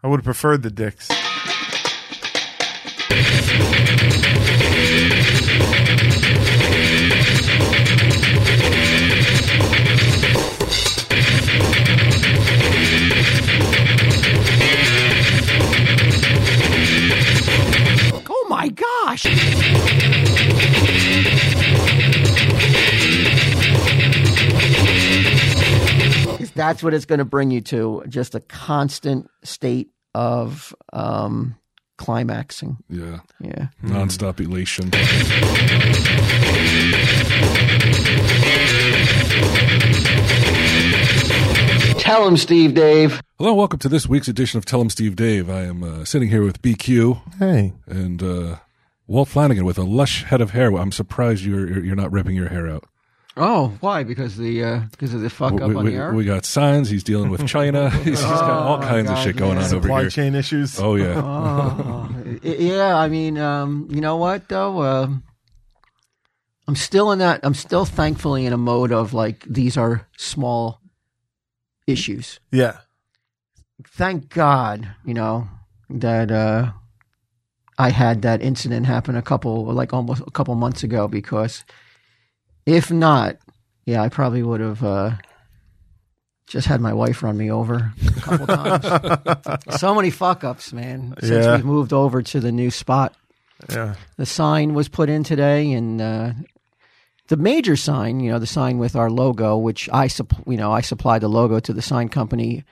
I would have preferred the dicks. Oh my gosh! Because that's what it's going to bring you to just a constant state of um, climaxing. Yeah. Yeah. Nonstop elation. Tell him, Steve Dave. Hello, welcome to this week's edition of Tell 'em Steve Dave. I am uh, sitting here with BQ Hey, and uh, Walt Flanagan with a lush head of hair. I'm surprised you're you're- you're not ripping your hair out. Oh, why? Because the uh, because of the fuck we, we- we got signs. He's dealing with China. he's, he's got all kinds of God, shit going yeah. on over supply here. chain issues. Oh yeah. Y- yeah, I mean, um, you know what though? Um I'm still in that. I'm still thankfully in a mode of like these are small issues. Yeah, Thank God, you know that uh, I had that incident happen a couple, like almost a couple months ago. Because if not, yeah, I probably would have uh, just had my wife run me over a couple times. so many fuck ups, man. Since Yeah. we've moved over to the new spot yeah. the sign was put in today and uh, the major sign you know the sign with our logo which i supp- you know i supplied the logo to the sign company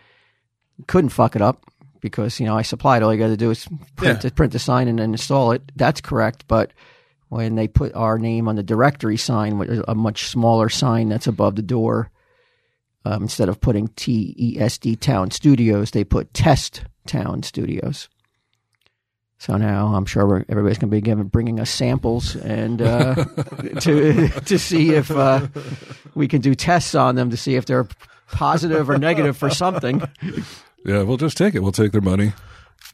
couldn't fuck it up because you know i supplied all you got to do is print, Yeah. the, print the sign and then install it that's correct but when they put our name on the directory sign which is a much smaller sign that's above the door um, instead of putting tesd town studios they put test town studios so now I'm sure we're, everybody's going to be giving, bringing us samples and uh, to to see if uh, we can do tests on them to see if they're positive or negative for something. Yeah, we'll just take it. We'll take their money.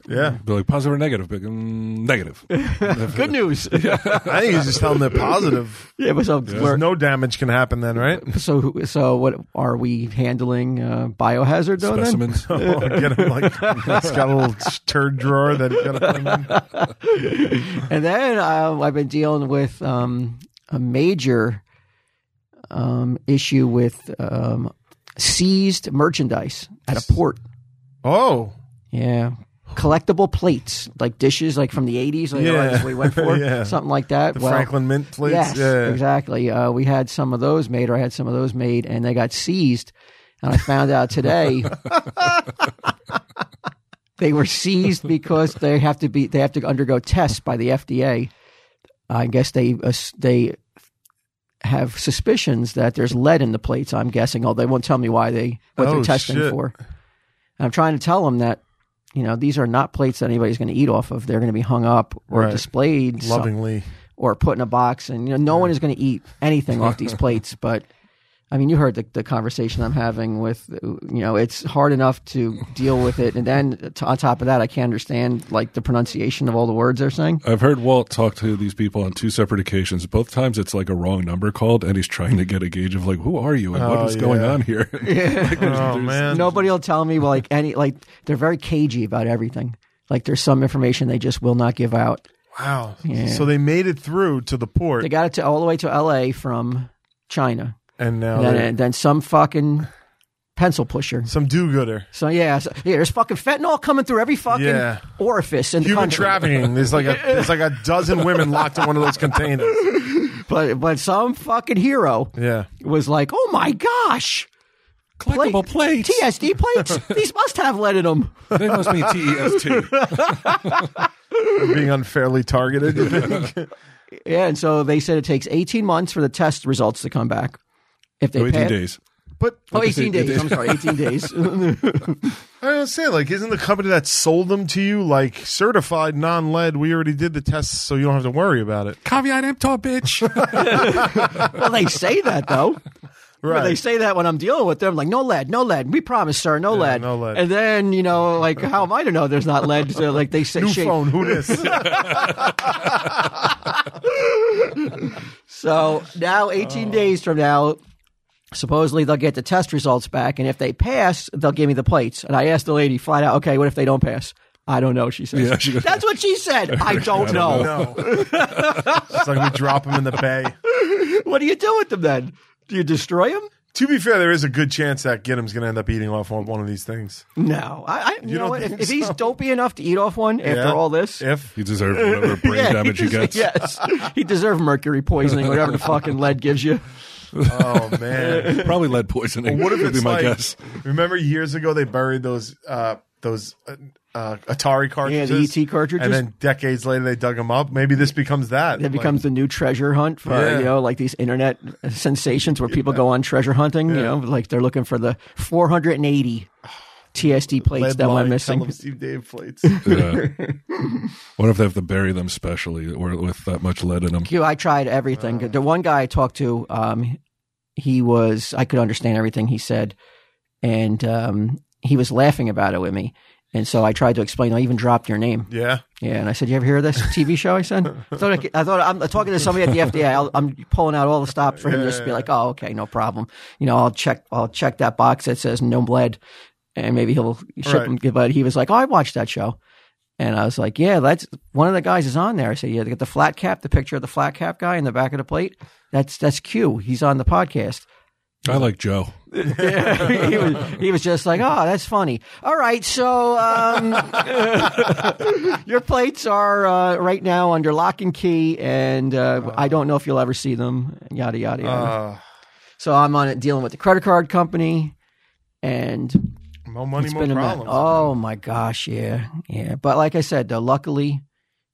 Yeah, Be like positive or negative. Be like, mm, negative. Good news. I think you just tell them they're positive. Yeah, but so, There's we're- no damage can happen then, right? so who- so what are we handling uh, biohazard though? then? Specimens. Oh, get him like it's got a little turd drawer that he's got to put 'em in. and then uh, I've been dealing with um, a major um, issue with um, seized merchandise at a port. Oh, Yeah. Collectible plates, like dishes, like from the 80s, like, Yeah. yeah. that's what we went for, Yeah. something like that. the Well, Franklin Mint plates. Yes, yeah. exactly. Uh, we had some of those made, or I had some of those made, and they got seized. And I found out today they were seized because they have to be they have to undergo tests by the FDA. I guess they uh, they have suspicions that there's lead in the plates. I'm guessing, although they won't tell me why they what Oh, they're testing shit. for. And I'm trying to tell them that you know these are not plates that anybody's going to eat off of. They're going to be hung up or Right. displayed some- Lovingly. or put in a box and you know no one is going to eat anything off these plates but i mean you heard the, the conversation i'm having with you know it's hard enough to deal with it and then t- on top of that i can't understand like the pronunciation of all the words they're saying I've heard Walt talk to these people on two separate occasions. Both times it's like a wrong number called, and he's trying to get a gauge of like, who are you and Oh, what is going yeah. on here? Like, there's- Oh there's- man. nobody will tell me like any like they're very cagey about everything like there's some information they just will not give out Wow. Yeah. So they made it through to the port, they got it to all the way to la from china and now and then, they're- and then some fucking pencil pusher some do-gooder. So yeah, so, yeah. There's fucking fentanyl coming through every fucking Yeah. orifice in the Human country. trafficking. There's like a there's like a dozen women locked in one of those containers. But but some fucking hero Yeah. was like, oh my gosh, collectible plates. TSD plates. These must have lead in them. They must E be TEST. Being unfairly targeted. you think? Yeah, and so they said it takes 18 months for the test results to come back. If they Oh, 18 pass- days. but Oh, 18 They- they- days. I'm sorry, 18 days. I don't say like isn't the company that sold them to you like certified non-lead? We already did the tests, so you don't have to worry about it. Caveat emptor, bitch. well, they say that though. But Right. they say that when I'm dealing with them, like no lead, no lead. We promise, sir, no lead, no lead. And then you know, like how am I to know there's not lead? So, like they say, New shake- phone. Who this? So now, 18 days from now, supposedly they'll get the test results back, and if they pass, they'll give me the plates. And I asked the lady flat out, "Okay, what if they don't pass?" I don't know. She says, Yeah, she goes- "That's what she said." I don't know. No. it's like we drop him in the bay. What do you do with them then? Do you destroy them? To be fair, there is a good chance that Ginnam's going to end up eating off on one of these things. No, I. I you, know don't what? If, think if he's so? dopey enough to eat off one after Yeah. all this, If He deserves whatever brain Yeah, damage he des- gets. Yes, he deserved mercury poisoning, whatever the fucking lead gives you. oh man, Probably lead poisoning. what if would it's be my like? guess? Remember years ago they buried those uh, those uh, uh, Atari Yeah, cartridges, the ET cartridges. and then decades later they dug them up. Maybe this becomes that. that becomes the new treasure hunt for Yeah. you know like these internet sensations where people go on treasure hunting. You know, like they're looking for the 480 TSD like, plates lead that went line, missing. Tell 'em Steve Dave plates. Yeah. what if they have to bury them specially or with that much lead in them? You, I tried everything. the one guy I talked to, um, he was I could understand everything he said, and um, he was laughing about it with me. And so I tried to explain. I even dropped your name. yeah, Yeah, and I said, "You ever hear of this TV show?" I said, "I thought I, could- I thought I'm talking to somebody at the FDA. I'll, I'm pulling out all the stops for him just to be like, oh, okay, no problem. You know, I'll check. I'll check that box that says no blood, and maybe he'll ship Right. him. But he was like, "Oh, I watched that show," and I was like, "Yeah, that's one of the guys is on there." I said, "Yeah, they got the flat cap, the picture of the flat cap guy in the back of the plate. That's that's Q. He's on the podcast." I like Joe. Yeah, he, was, he was just like, oh, that's funny. All right, so um, your plates are uh, right now under lock and key, and uh, I don't know if you'll ever see them, yada, yada, yada. uh, so I'm on it dealing with the credit card company, and more money, it's more been a mess. problems. Oh, my gosh, yeah, yeah. But like I said, though, luckily,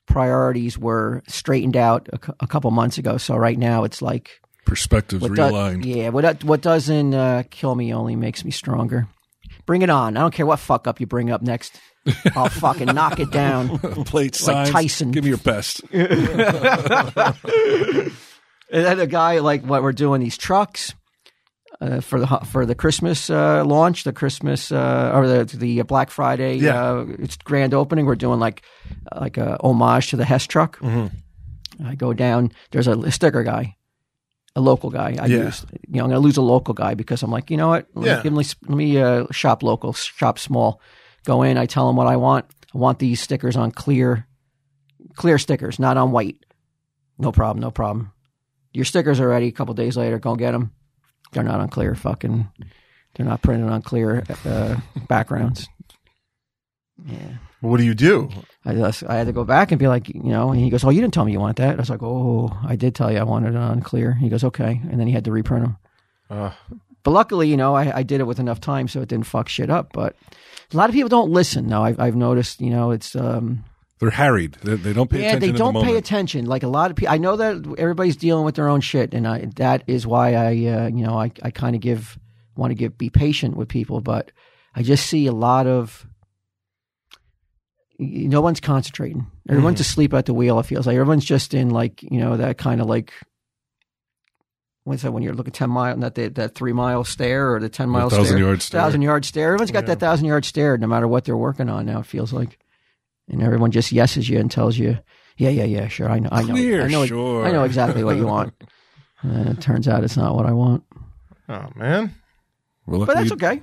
priorities were straightened out a, cou- a couple months ago. So right now, it's like Perspectives do- realigned. yeah, what what doesn't uh, kill me only makes me stronger. Bring it on! I don't care what fuck up you bring up next. I'll fucking knock it down. Plate signs. Tyson. Give me your best. And then a guy like what we're doing these trucks uh, for the ho- for the Christmas uh, launch, the Christmas uh, or the the Black Friday Yeah. uh, it's grand opening. We're doing like like a homage to the Hess truck. Mm-hmm. I go down. There's a sticker guy, a local guy. I Yeah. use you know I'm gonna lose a local guy because I'm like you know what let Yeah. me, give me, let me uh, shop local, shop small. Go in. I tell them what I want. I want these stickers on clear clear stickers, not on white. No problem, no problem. Your stickers are ready. A couple days later, go get them. They're not on clear fucking. They're not printed on clear uh, backgrounds. Yeah, What do you do? I just, I had to go back and be like, you know. And he goes, "Oh, you didn't tell me you want that." I was like, "Oh, I did tell you I wanted it on clear." He goes, "Okay," and then he had to reprint them. Uh, But luckily, you know, I, I did it with enough time, so it didn't fuck shit up. But a lot of people don't listen. Now I've, I've noticed, you know, it's um, They're harried. They, they don't pay yeah, attention they in don't the pay moment. attention. Like a lot of people, I know that everybody's dealing with their own shit, and I that is why I, uh, you know, I I kind of give want to give be patient with people, but I just see a lot of y- no one's concentrating. Everyone's Mm. asleep at the wheel. It feels like everyone's just in like you know that kind of like. What's that when you're looking ten mile, not that that three mile stare or the ten mile thousand stare, yard stare. thousand yard stare. Everyone's got that thousand yard stare, no matter what they're working on now. It feels like, and everyone just yeses you and tells you, "Yeah, yeah, yeah, sure, I know, I know, Clear, I know, sure." I know exactly what you want." and it turns out it's not what I want, oh man, Well, but that's luckily, okay.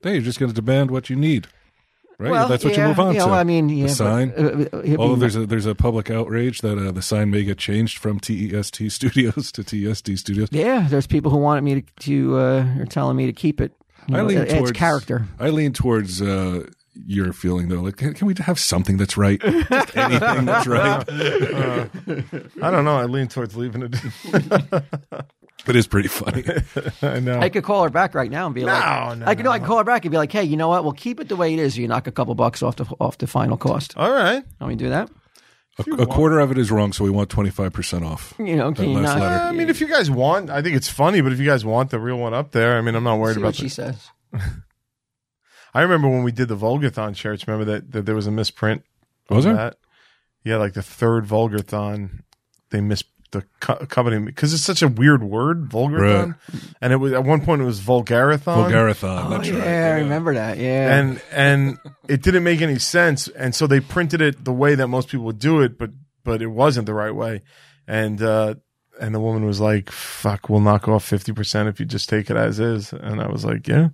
Hey, you're just going to demand what you need, right? Well, that's what yeah, you move on you know, to. I mean, yeah, but, sign. uh, uh, it'd Although be- Oh, there's a, there's a public outrage that uh, the sign may get changed from TEST Studios to TSD Studios. yeah, there's people who wanted me to, to uh, are telling me to keep it. You I know, lean it- towards it's character. I lean towards uh, your feeling though. Like, can, can we have something that's right? Just anything that's right. I don't know. I lean towards leaving it. It is pretty funny. I know. I could call her back right now and be like, no, I could, no, I could call her back and be like, hey, you know what? We'll keep it the way it is. You knock a couple bucks off the off the final cost. All right. Let me do that. A, a quarter of it is wrong, so we want twenty five percent off. You know, can you last not? letter. I mean, if you guys want, I think it's funny, but if you guys want the real one up there, I mean, I'm not worried See about what she this. says. I remember when we did the Vulgathon shirts, remember that, that there was a misprint? Was on there? That? Yeah, like the third Vulgathon, they missed the co- company because it's such a weird word, Vulgathon. And it was at one point it was Vulgarathon. Vulgarathon. Oh, that's yeah, right. I remember that. Yeah. and and it didn't make any sense and so they printed it the way that most people would do it but but it wasn't the right way and uh and the woman was like, "Fuck, we'll knock off fifty percent if you just take it as is." And I was like, "Yeah,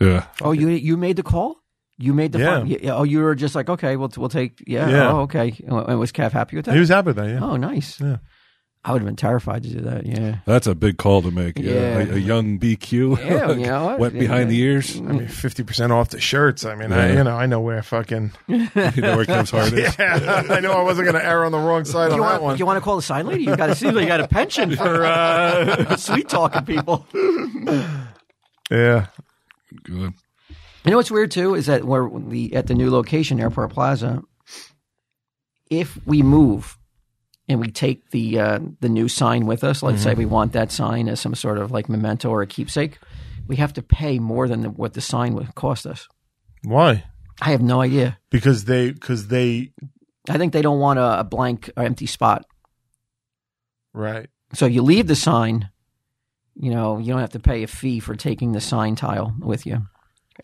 Yeah. Oh, you you made the call. You made the Yeah. phone- yeah. Oh, you were just like, okay, we'll we'll take. Yeah. Yeah. Oh, okay. And was Kev happy with that? he was happy with that." Yeah, oh, nice. Yeah. I would have been terrified to do that. Yeah. That's a big call to make. Yeah. Yeah. A, a young BQ. Yeah, you know what? Wet behind the ears. I mean, fifty percent off the shirts. I mean, I, Yeah. you know, I know where fucking. you know where it comes hardest. Yeah, I know I wasn't going to err on the wrong side Do on you, that want, one. do you want to call the sign lady? You got to see they got a pension for uh, sweet talking people. yeah, Good. You know what's weird too is that we're the at the new location, Airport Plaza. If we move and we take the uh, the new sign with us, let's say we want that sign as some sort of like memento or a keepsake, we have to pay more than the, what the sign would cost us. why? I have no idea. Because they, because they, I think they don't want a, a blank or empty spot. right? So you leave the sign, you know, you don't have to pay a fee for taking the sign tile with you.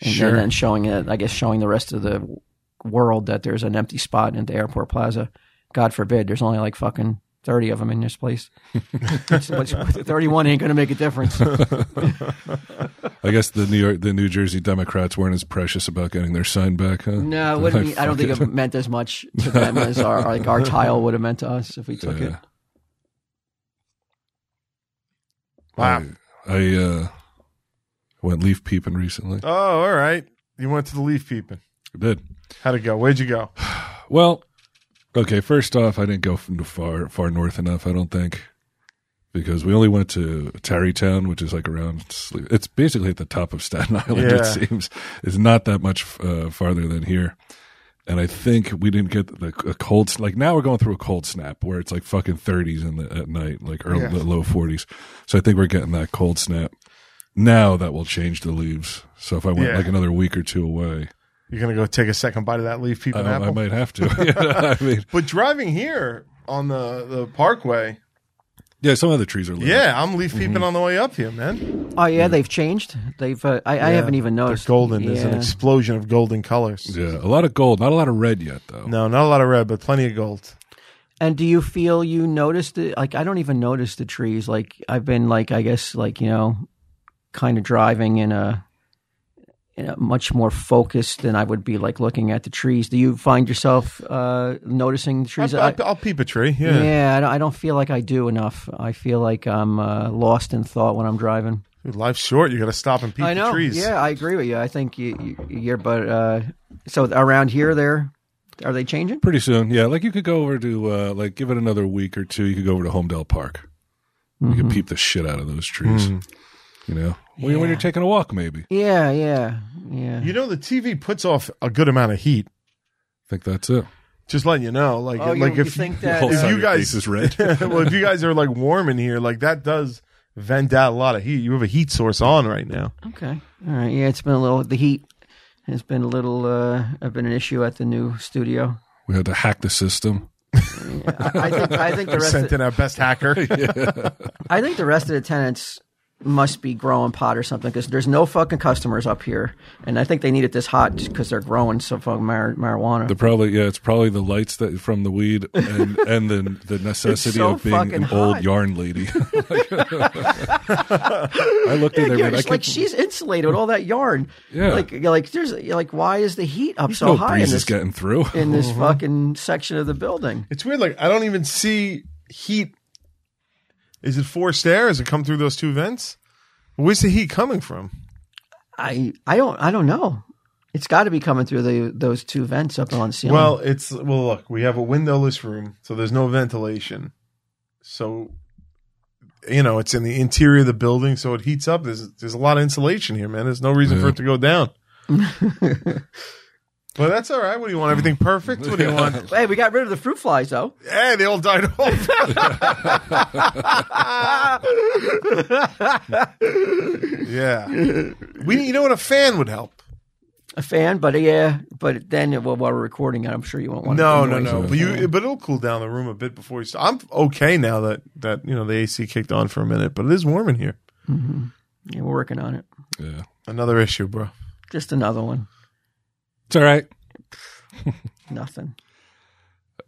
And Sure. then, then showing it, I guess, showing the rest of the world that there's an empty spot in the airport plaza. God forbid, there's only like fucking 30 of them in this place. It's- what's- 31 ain't going to make a difference. I guess the New York, the New Jersey Democrats weren't as precious about getting their sign back, huh? No, it wouldn't be, I don't think Fuck it meant as much to them as our, like our tile would have meant to us if we took it. Yeah. Wow. Mm. I, I uh, went leaf peeping recently. Oh, all right. You went to the leaf peeping. I did. How'd it go? Where'd you go? Well, okay. First off, I didn't go from the far far north enough. I don't think because we only went to Tarrytown, which is like around. It's basically at the top of Staten Island. Yeah. It seems it's not that much uh, farther than here. And I think we didn't get the, a cold s- like now we're going through a cold snap where it's like fucking 30s in the, at night, like early Yeah. low 40s. So I think we're getting that cold snap. Now that will change the leaves. So if I went Yeah. like another week or two away, You're gonna go take a second bite of that leaf I, peeping I apple. might have to. You know, I mean, But driving here on the the Parkway, yeah, Mm-hmm. some of the trees are. lit. yeah, I'm leaf peeping on the way up here, man. Oh, yeah, they've changed. They've, uh, I, I Yeah. haven't even They're noticed. golden. There's an Yeah. explosion of golden colors. Yeah, a lot of gold, not a lot of red yet though. No, not a lot of red, but plenty of gold. And do you feel you noticed it? Like I don't even notice the trees. Like I've been like I guess like you know, kind of driving in a, in a much more focused than I would be like looking at the trees. Do you find yourself uh, noticing the trees? I'll, I- I'll, I'll peep a tree. yeah, Yeah. I, don't, I don't feel like I do enough. I feel like I'm uh, lost in thought when I'm driving. Dude, life's short. You got to stop and peep I know. the trees. Yeah, I agree with you. I think you, you, you're. But uh, so around here, there are they changing? Pretty soon, yeah. Like you could go over to uh, like give it another week or two. You could go over to Homedale Park. You could peep the shit out of those trees. Mm-hmm. You know, when, when you're taking a walk, maybe. I Yeah, yeah, yeah. You know, the TV puts off a good amount of heat. think that's it. Just letting you know, like, Oh, you- like you if think The that- whole if side you of your guys- face is red. well, if you guys are like warm in here, like that does vent out a lot of heat. You have a heat source on right now. Okay. All right. Yeah, it's been a little. The heat has been a little. Uh, have been an issue at the new studio. we had to hack the system. I, I think. I think the rest. Sent Of, in our best hacker. I think the rest of the tenants must be growing pot or something because there's no fucking customers up here, and I think they need it this hot because they're growing some fucking mar- marijuana. The probably yeah, it's probably the lights that from the weed and and the the necessity so of being an fucking old hot. yarn lady. I looked at yeah, everything. it's like she's insulated with all that yarn. Yeah. Like, like there's like, why is the heat up so no high in breeze this is getting Mm-hmm. through. in this fucking section of the building? It's weird. Like I don't even see heat. Is it forced air? Is it come through those two vents? Where's the heat coming from? I I don't I don't know. It's got to be coming through the those two vents up on the ceiling. Well, it's well. Look, we have a windowless room, so there's no ventilation. So, you know, it's in the interior of the building, so it heats up. There's there's a lot of insulation here, man. There's no reason for Yeah. it to go down. but that's all right. What do you want? Everything perfect? What do you want? Hey, we got rid of the fruit flies though. hey, they all died off. yeah. We, you know what? A fan would help. A fan, but yeah, but then well, while we're recording it, I'm sure you won't want. No, to no, no. But you, but it'll cool down the room a bit before you. Start. I'm okay now that that you know the AC kicked on for a minute, but it is warm in here. Yeah, we're working on it. Yeah, Another issue, bro. Just another one. it's all right. Nothing.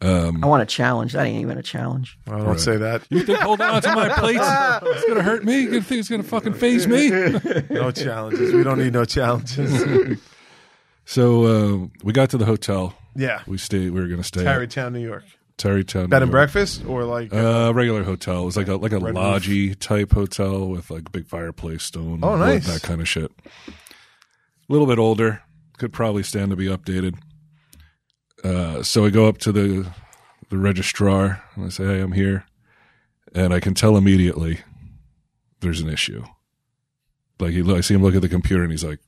I want a challenge. That ain't even a challenge. I don't say that. You think hold on to my plates? It's gonna hurt me. You think it's gonna fucking phase me? No challenges. We don't need no challenges. So uh, we got to the hotel. Yeah. We stayed. We were gonna stay at Tarrytown, New York. Tarrytown. Bed and New York. breakfast or like Uh, regular hotel. It was like a like a Red roof. lodgy type hotel with like big fireplace, stone, Oh, wood, nice. that kind of shit. A little bit older, could probably stand to be updated. Uh, so I go up to the the registrar and I say, "Hey, I'm here," and I can tell immediately there's an issue. Like he, I see him look at the computer and he's like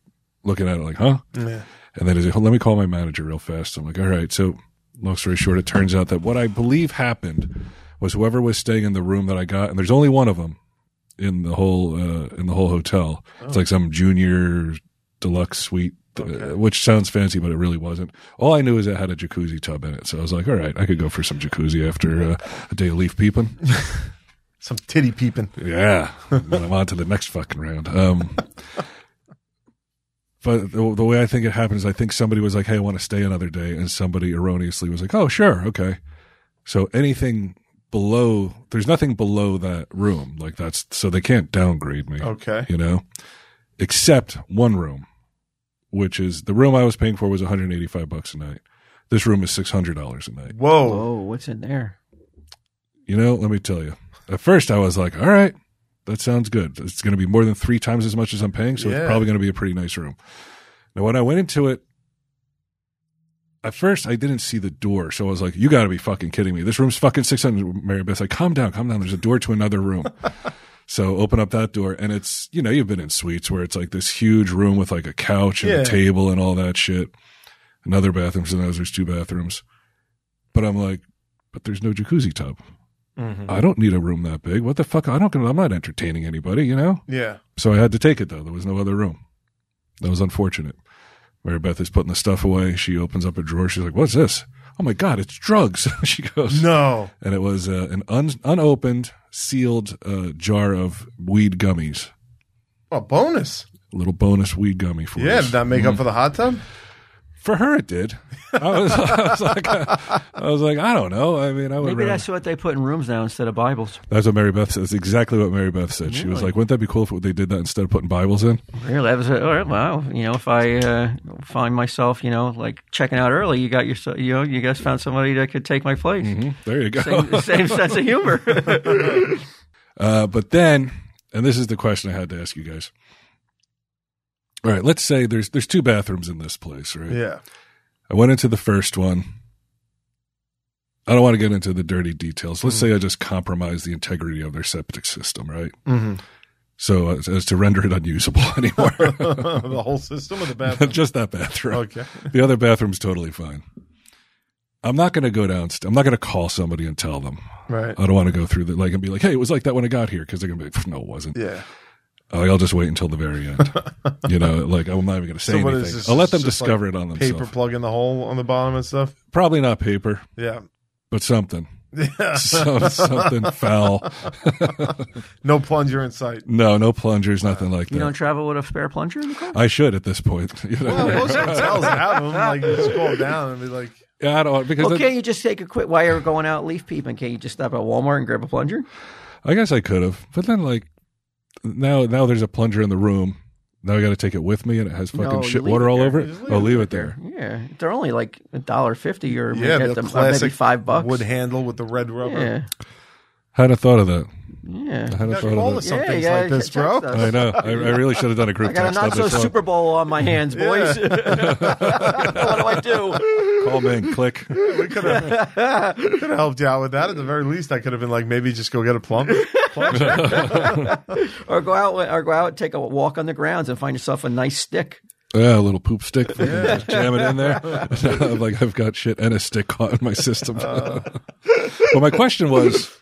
looking at it like, "Huh?" yeah. And then he's like, "Hold- let me call my manager real fast. I'm like, all right. So long story short, it turns out that what I believe happened was whoever was staying in the room that I got, and there's only one of them in the whole, uh, in the whole hotel. It's like some junior deluxe suite, uh, Okay. which sounds fancy, but it really wasn't. All I knew is it had a jacuzzi tub in it. So I was like, all right, I could go for some jacuzzi after uh, a day of leaf peeping. some titty peeping. Yeah. And then I'm on to the next fucking round. Um, but the, the way I think it happens, I think somebody was like, hey, I want to stay another day. And somebody erroneously was like, oh, sure. Okay. So anything below, there's nothing below that room. Like that's, so they can't downgrade me, Okay. you know, except one room, which is the room I was paying for was 185 bucks a night. This room is $600 a night. Whoa. Whoa, what's in there? You know, let me tell you. At first, I was like, all right, that sounds good. It's going to be more than three times as much as I'm paying, so Yeah. it's probably going to be a pretty nice room. Now, when I went into it, at first, I didn't see the door, so I was like, you got to be fucking kidding me. This room's fucking 600, Mary Beth's like, calm down, calm down. There's a door to another room. so open up that door, and it's, you know, you've been in suites where it's like this huge room with like a couch and Yeah. a table and all that shit. Another bathroom, so now there's two bathrooms. But I'm like, but there's no jacuzzi tub. Mhm. I don't need a room that big. What the fuck? I don't. I'm not entertaining anybody, you know. Yeah. So I had to take it though. There was no other room. That was unfortunate. Mary Beth is putting the stuff away. She opens up a drawer. She's like, "What's this? Oh my god, it's drugs." she goes, No. and it was uh, an un- unopened, sealed uh, jar of weed gummies. A Oh, bonus. Little bonus weed gummy for Yeah. us. Did that make up for the hot tub? for her, it did. I was, I was like, I, was like, I don't know. I mean, I would Maybe rather- that's what they put in rooms now instead of Bibles. That's what Mary Beth says. Exactly what Mary Beth said. She was Really? Mm-hmm. like, "Wouldn't that be cool if they did that instead of putting Bibles in?" Really, that was a, all right, wow. You know, if I uh, find myself, you know, like checking out early, you got your, you know, you guys found somebody that could take my place. There you go. Same, same sense of humor. Uh, but then, and this is the question I had to ask you guys. All right, let's say there's there's two bathrooms in this place, right? Yeah. I went into the first one. I don't want to get into the dirty details. Mm. Let's say I just compromised the integrity of their septic system, right? Mhm. So as, as to render it unusable anymore. the whole system of the bathroom. just that bathroom. Okay. The other bathroom's totally fine. I'm not going to go down. I'm not going to call somebody and tell them. Right. I don't want to go through that, like, and be like, "Hey, it was like that when I got here," because they're going to be like, "No, it wasn't." Yeah. Uh, I'll just wait until the very end. you know, like I'm not even going to say So what is anything. this? I'll let them Just discover like it on themselves. Paper plug in the hole on the bottom and stuff. Probably not paper, Yeah. but something, Yeah. Some, something foul. No plunger in sight. No, no plungers, Uh, nothing like you that. don't travel with a spare plunger in the car? I should at this point. You know? Well, most hotels have them. Like you scroll down and be like, yeah, I don't because Well, that- can't you just take a quick, while you're going out leaf peeping, can't you just stop at Walmart and grab a plunger? I guess I could have, but then like now, now there's a plunger in the room. Now I got to take it with me, and it has fucking No, you shit leave water it all there. over it. Just leave I'll it leave it there. Yeah, they're only like a dollar fifty or yeah, uh, maybe, the at the, or classic maybe five bucks. wood handle with the red rubber. yeah, Hadn't thought of that. yeah. Hadn't You gotta thought call of us that. some Yeah, things yeah, like this, text bro. us. I know. I, I really should have done a group I got a text. not on so this one. Super Bowl on my hands, boys. what do I do? Call me and click. Could have helped you out with that. At the very least, I could have been like, maybe just go get a plumber. plunger. Or go out, or go out, take a walk on the grounds, and find yourself a nice stick. Yeah, a little poop stick. Just jam it in there. I'm like, I've got shit and a stick caught in my system. but my question was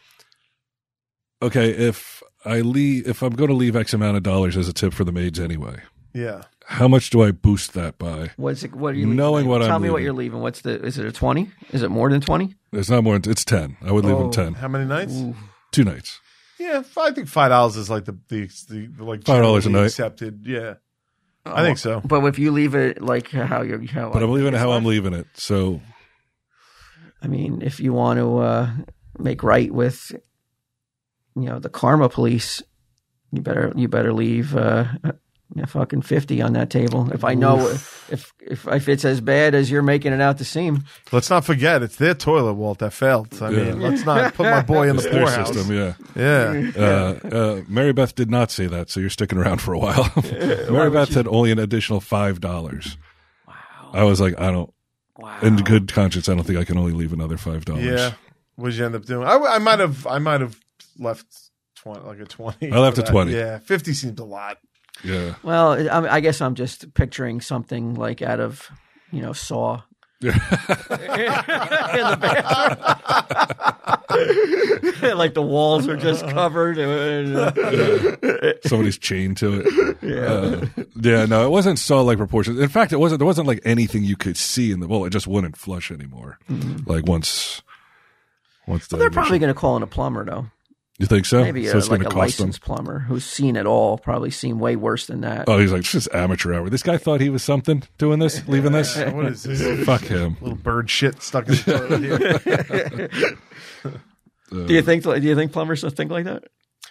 okay, if I leave, if I'm going to leave X amount of dollars as a tip for the maids anyway, yeah. how much do I boost that by? What's it, what are you leaving? Knowing what Tell I'm me what leaving. you're leaving. What's the? Is it a twenty? Is it more than twenty? It's not more, it's 10. I would leave them 10. How many nights? Two nights. Yeah, f- I think five dollars is like the the, the like $5 a generally night. accepted. Yeah, I think so. But if you leave it like how you how, But I'm leaving it how I'm leaving it. So I mean, if you want to uh, make right with, you know, the karma police, you better you better leave uh, a fucking fifty on that table. If I know if if if it's as bad as you're making it out to seem, Let's not forget it's their toilet, Walt, that failed. I mean, Yeah. let's not put my boy in the It's their poorhouse. system, yeah. Yeah. Uh, uh, Mary Beth did not say that, so you're sticking around for a while. Mary Beth had only an additional five dollars. Wow. I was like, I don't. wow, In good conscience, I don't think I can only leave another five dollars. Yeah. What did you end up doing? I, I might have I might have left twenty like a twenty. I left for a that. 20. Yeah. Fifty seems a lot. yeah. Well, I, I guess I'm just picturing something like out of you know Saw. in the bathroom. like the walls are just covered. Somebody's chained to it. Yeah, yeah. No, it wasn't so like proportions. In fact, it wasn't. There wasn't like anything you could see in the bowl. It just wouldn't flush anymore. Like once, once the Mm-hmm. They're probably initial- going to call in a plumber, though. you think so? Maybe Oh, so a, it's like gonna a cost them. licensed plumber who's seen it all, probably seen way worse than that. Oh, he's like, it's just amateur hour. This guy thought he was something doing this, leaving this. What is this? Fuck him. Little bird shit stuck in the toilet here. do you think? Do you think plumbers think like that?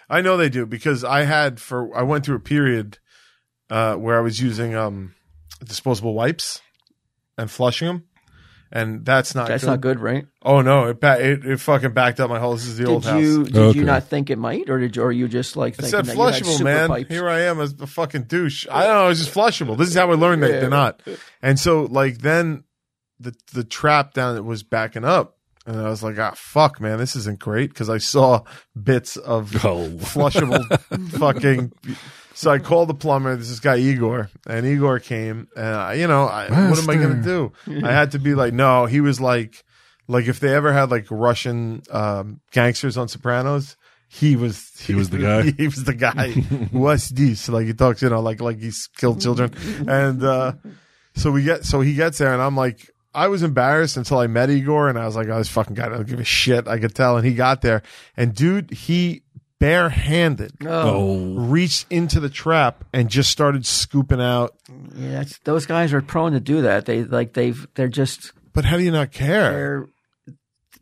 I know they do because I had for I went through a period uh, where I was using um, disposable wipes and flushing them, and that's not That's not good, right? Oh no, it, ba- it it fucking backed up my whole. This is the old Did house. you did Okay. you not think it might, or did you, or you just like I thinking said that you had flushable, super man. pipes? Here I am as a fucking douche. I don't know. It's just flushable. This is how I learned that they're not. And so, like, then the the trap down it was backing up, and I was like, ah, fuck, man, this isn't great because I saw bits of Oh. flushable fucking. So I called the plumber. This is guy Igor, and Igor came, and I, you know, I, what am I gonna do? I had to be like, no. He was like, like if they ever had like Russian um, gangsters on Sopranos, he was He was the guy? He was the guy. What's this? Like he talks, you know, like like he's killed children, and uh, so we get so he gets there, and I'm like. I was embarrassed until I met Igor, and I was like, "Oh, this fucking guy don't give a shit." I could tell, and he got there, and dude, he barehanded Oh, reached into the trap and just started scooping out. Yeah, that's, those guys are prone to do that. They like they've they're just But how do you not care? they're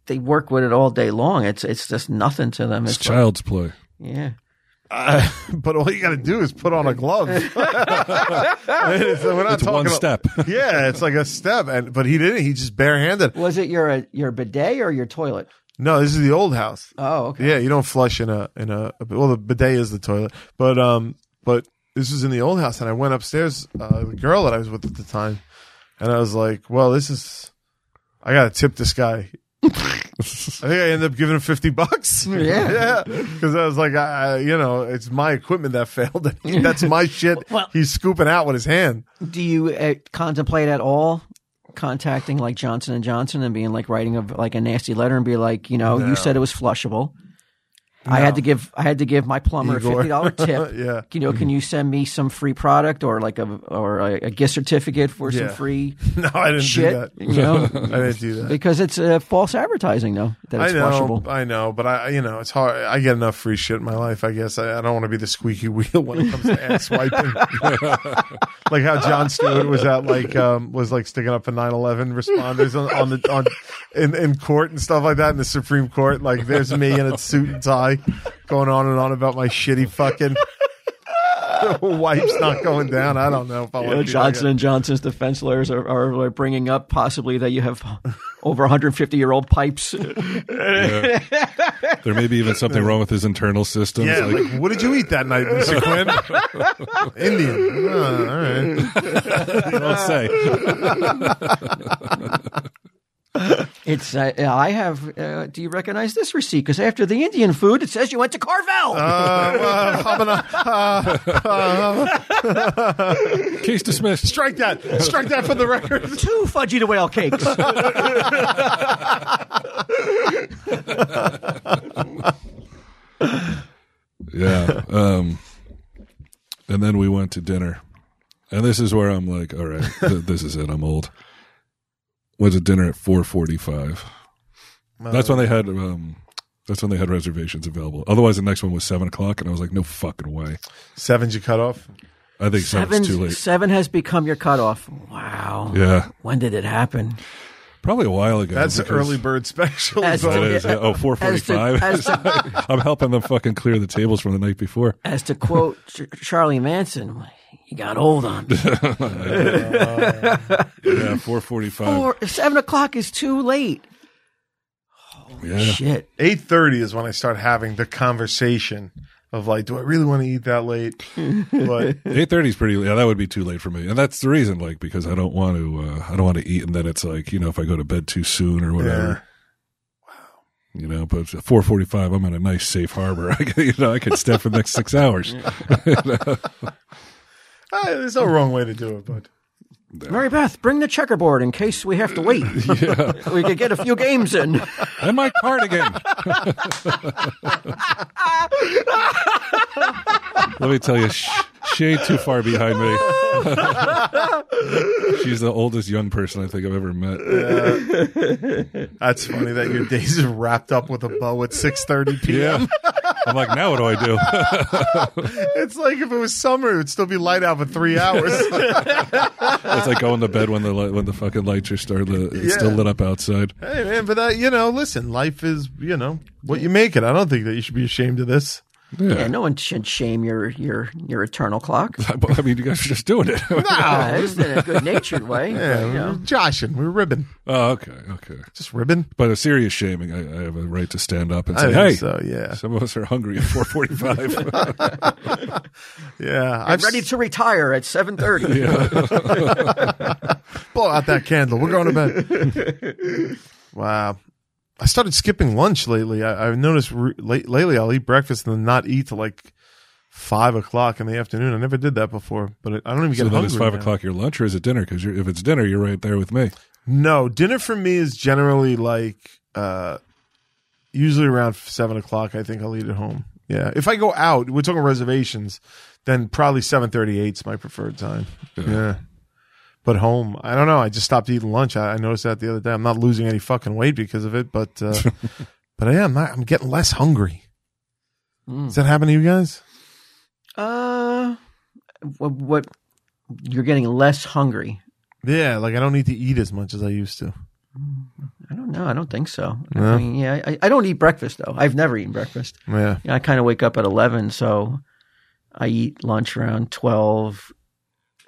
they work with it all day long. It's it's just nothing to them. it's It's child's play. yeah. Uh, but all you got to do is put on a glove. I mean, it's- we're not It's one talking- step. Yeah, it's like a step. And but he didn't. He just barehanded. Was it your uh, your bidet or your toilet? No, this is the old house. Oh, okay. Yeah, you don't flush in a in a well. The bidet is the toilet, but um, but this was in the old house, and I went upstairs. Uh, the girl that I was with at the time, and I was like, "Well, this is, I gotta tip this guy." I think I ended up giving him fifty bucks. Yeah. because I was like, I, I, you know, it's my equipment that failed. That's my shit. Well- He's scooping out with his hand. Do you uh, contemplate at all contacting like Johnson and Johnson and being like writing a like a nasty letter and be like, you know, you said it was flushable. I had to give I had to give my plumber a Igor. fifty dollar tip. Yeah. You know, can you send me some free product or like a or a, a gift certificate for some Yeah. free No, I didn't do shit? that. You know, I didn't do that. because it's uh, false advertising though that I it's know, flushable. I know, but I, you know, it's hard. I get enough free shit in my life. I guess I, I don't want to be the squeaky wheel when it comes to ass wiping. like how John Stewart was out, like um, was like sticking up for 9-11 responders on, on the on in, in court and stuff like that in the Supreme Court. Like there's me in a suit and tie, going on and on about my shitty fucking. Wipes not going down. I don't know if I You want know, to be like Uh, Johnson and Johnson's defense lawyers are, are like, bringing up possibly that you have over 150 year old pipes. There may be even something wrong with his internal systems. Yeah, like, like, what did you eat that night, Mr. Quinn? Indian. Oh, all right. don't say. It's uh, I have. Uh, do you recognize this receipt? Because after the Indian food, it says you went to Carvel. Uh, well, I'm gonna- uh, Case dismissed. strike that. Strike that for the record. Two fudgy to whale cakes. Yeah. Um, and then we went to dinner. And this is where I'm like, all right, th- this is it. I'm old. Went to dinner at 4:45. That's when they had um, that's when they had reservations available. Otherwise, the next one was seven o'clock, and I was like, no fucking way. Sevens you cut off. I think seven's too seven, late. seven has become your cutoff. Wow. Yeah, When did it happen? Probably a while ago. That's an because- early bird special. As- but- That is, yeah. Oh, 445. As to- I'm helping them fucking clear the tables from the night before. As to quote Ch- Charlie Manson, you got old on me. Yeah, 445. Four, seven o'clock is too late. Yeah. Shit. Eight thirty is when I start having the conversation of like, do I really want to eat that late? But 8:30 is pretty yeah, that would be too late for me. And that's the reason like because I don't want to uh, I don't want to eat and then it's like, you know, if I go to bed too soon or yeah, whatever, you know, but 4:45 I'm in a nice safe harbor. I can, you know, I could step for the next 6 hours. Ah, there's no wrong way to do it. But Mary Beth, bring the checkerboard in case we have to wait. we could get a few games in. and my cardigan. Let me tell you, sh- she ain't too far behind me. She's the oldest young person I think I've ever met. that's funny that your days is wrapped up with a bow at six thirty p.m. Yeah. I'm like, now what do I do? It's like if it was summer, it would still be light out for three hours. it's like going to bed when the light, when the fucking lights are still lit, it's still Yeah. lit up outside. hey man, but that you know, listen, life is you know what you make it. I don't think that you should be ashamed of this. Yeah, no one should shame your your your eternal clock. I, I mean, you guys are just doing it. Ah, this is in a good natured way. Yeah, you know. we're joshing, we're ribbing, oh, okay, okay. just ribbing. But a serious shaming, I, I have a right to stand up and I say, think hey, so. Yeah, some of us are hungry at 445. yeah. I'm I've ready to retire at seven thirty. blow out that candle. We're going to bed. wow. I started skipping lunch lately. I, I've noticed re- late, lately I'll eat breakfast and then not eat till like five o'clock in the afternoon. I never did that before, but I don't even So get then hungry. it's five now. o'clock your lunch or is it dinner? Because if it's dinner, you're right there with me. No, dinner for me is generally like uh, usually around seven o'clock. I think I'll eat at home. Yeah, if I go out, we're talking reservations, then probably seven thirty-eight is my preferred time. Yeah. but home, I don't know. I just stopped eating lunch. I, I noticed that the other day. I'm not losing any fucking weight because of it, but uh, but I am. Not, I'm getting less hungry. Does that happen to you guys? Hmm. Uh, what, what? You're getting less hungry. Yeah, like I don't need to eat as much as I used to. I don't know. I don't think so. No? I mean, yeah, I, I don't eat breakfast though. I've never eaten breakfast. Yeah, You know, I kind of wake up at eleven, so I eat lunch around 12,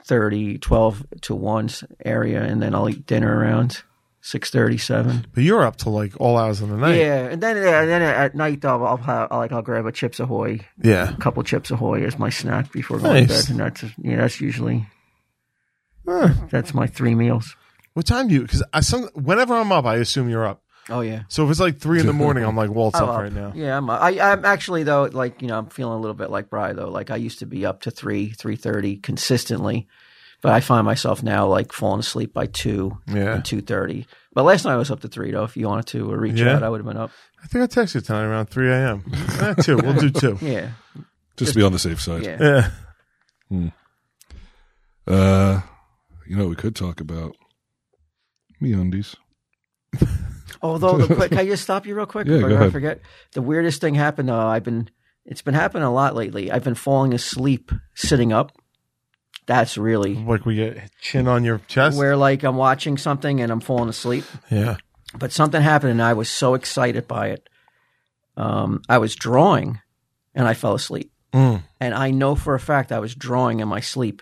30, 12 to one area, and then I'll eat dinner around six thirty seven. but you're up to like all hours of the night. Yeah, and then and then at night I'll, I'll have like I'll grab a Chips Ahoy, yeah. a couple Chips Ahoy as my snack before going Nice. to bed, and that's you know, that's usually Huh. that's my three meals. What time do you? Because I some whenever I'm up, I assume you're up. Oh yeah. So if it's like three in the morning, I'm like Walt's I'm up up. right now. Yeah, I'm. I, I'm actually though, like you know, I'm feeling a little bit like Bry though. Like I used to be up to three, three thirty consistently, but I find myself now like falling asleep by two Yeah. and two thirty. But last night I was up to three though. If you wanted to or reach Yeah. out, I would have been up. I think I texted tonight around three a.m. eh, two. We'll do two. Yeah, Just to be on the safe side. yeah. Yeah. Uh, you know, what we could talk about me undies. Although, the quick, can I just stop you real quick Yeah, before go I ahead. forget? The weirdest thing happened though. I've been. It's been happening a lot lately. I've been falling asleep sitting up. That's really Like we get chin on your chest. where like I'm watching something and I'm falling asleep. yeah. but something happened and I was so excited by it. Um, I was drawing and I fell asleep. Mm. And I know for a fact I was drawing in my sleep.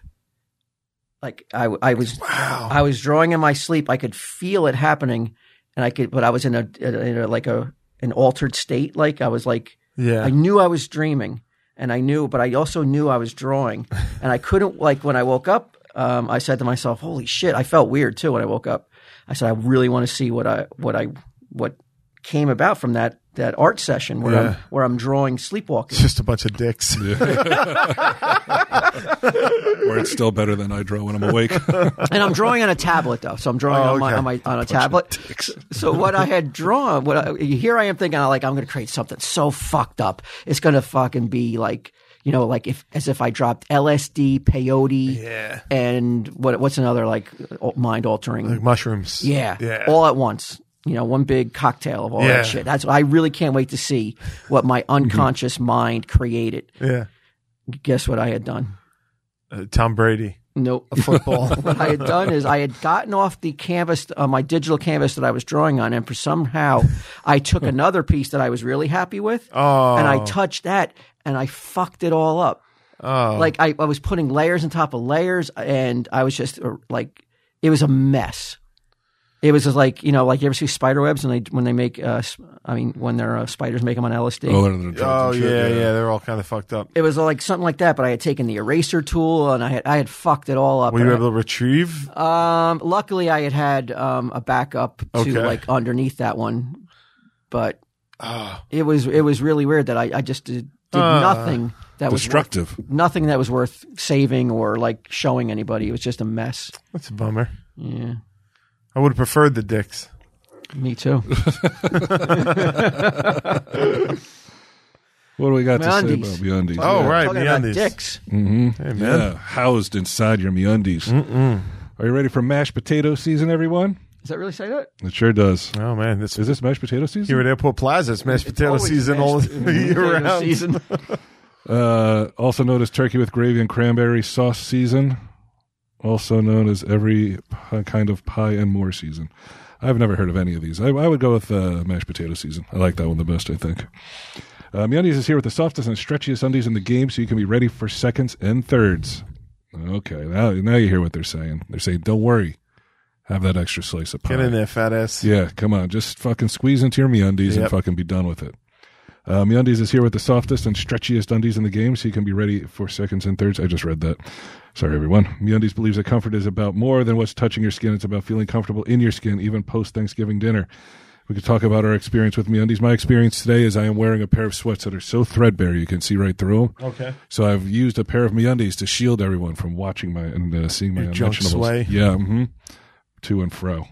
Like I, I was, Wow. I was drawing in my sleep. I could feel it happening, and I could, but I was in a, in a like a an altered state. Like I was like I Yeah. knew I was dreaming, and I knew, but I also knew I was drawing, and I couldn't like when I woke up. Um, I said to myself, "Holy shit!" I felt weird too when I woke up. I said, "I really want to see what I what I what came about from that that art session where I'm Yeah. where I'm drawing sleepwalking." Just a bunch of dicks. Where it's still better than I draw when I'm awake. Oh, and I'm drawing on a tablet though, so I'm drawing Oh, on, my, okay. on my on a tablet. So what I had drawn, what I, here I am thinking, like I'm going to create something so fucked up. It's going to fucking be like you know, like if as if I dropped LSD, peyote, Yeah. and what what's another like mind altering, Like mushrooms. yeah, Yeah. all at once. You know, one big cocktail of all Yeah. Mm-hmm. that shit. That's I really can't wait to see what my unconscious mind created. yeah. Guess what I had done? Uh, Tom Brady. no football. what I had done is I had gotten off the canvas, uh, my digital canvas that I was drawing on, and for somehow I took another piece that I was really happy with, Oh, and I touched that, and I fucked it all up. oh. Like I, I was putting layers on top of layers, and I was just uh, like, it was a mess. It was just like you know, like you ever see spider webs when they when they make, uh, s- I mean, when their uh, spiders make them on LSD. Oh, they're in the drugs oh and shit, yeah, yeah, They're all kind of fucked up. It was like something like that, but I had taken the eraser tool and I had I had fucked it all up. Were you And I- able to retrieve? Um, luckily, I had had um, a backup to Okay. like underneath that one, but Oh, it was it was really weird that I, I just did, did Uh, nothing that was worth, Destructive. nothing that was worth saving or like showing anybody. It was just a mess. that's a bummer. Yeah, I would have preferred the dicks. me too. What do we got to Meundies. say about meundies? Oh, right, Talking about MeUndies. dicks. Mm-hmm. Hey, man. Yeah, housed inside your meundies. Are you ready for mashed potato season, everyone? Does that really say that? It sure does. Oh man, this Is this mashed potato season? here at Airport Plaza. It's mashed potato always season mashed all year Potato round. season. Uh, also known as turkey with gravy and cranberry sauce season. Also known as every p- kind of pie and more season. I've never heard of any of these. I, I would go with uh, mashed potato season. I like that one the best, I think. Uh, MeUndies is here with the softest and stretchiest undies in the game, so you can be ready for seconds and thirds. Okay, now now you hear what they're saying. They're saying, "Don't worry, have that extra slice of pie." Get in there, fat ass. Yeah, come on. Just fucking squeeze into your MeUndies and Yep. fucking be done with it. Uh, MeUndies is here with the softest and stretchiest undies in the game, so you can be ready for seconds and thirds. I just read that. Sorry, everyone. MeUndies believes that comfort is about more than what's touching your skin. It's about feeling comfortable in your skin, even post Thanksgiving dinner. We could talk about our experience with MeUndies. My experience today is I am wearing a pair of sweats that are so threadbare you can see right through them. Okay. So I've used a pair of MeUndies to shield everyone from watching my and uh, seeing my Your junk unmentionables. sway. Yeah, hmm to and fro.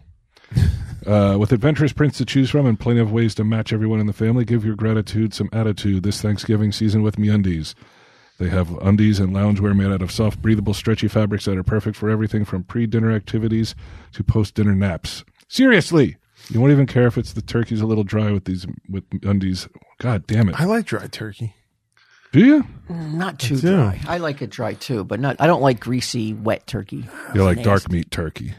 uh, with adventurous prints to choose from and plenty of ways to match everyone in the family, give your gratitude some attitude this Thanksgiving season with MeUndies. They have undies and loungewear made out of soft, breathable, stretchy fabrics that are perfect for everything from pre-dinner activities to post-dinner naps. Seriously, you won't even care if it's the turkey's a little dry with these with undies. God damn it! I like dry turkey. Do you? Not too do. dry. I like it dry too, but not. I don't like greasy, wet turkey. You like dark meat turkey?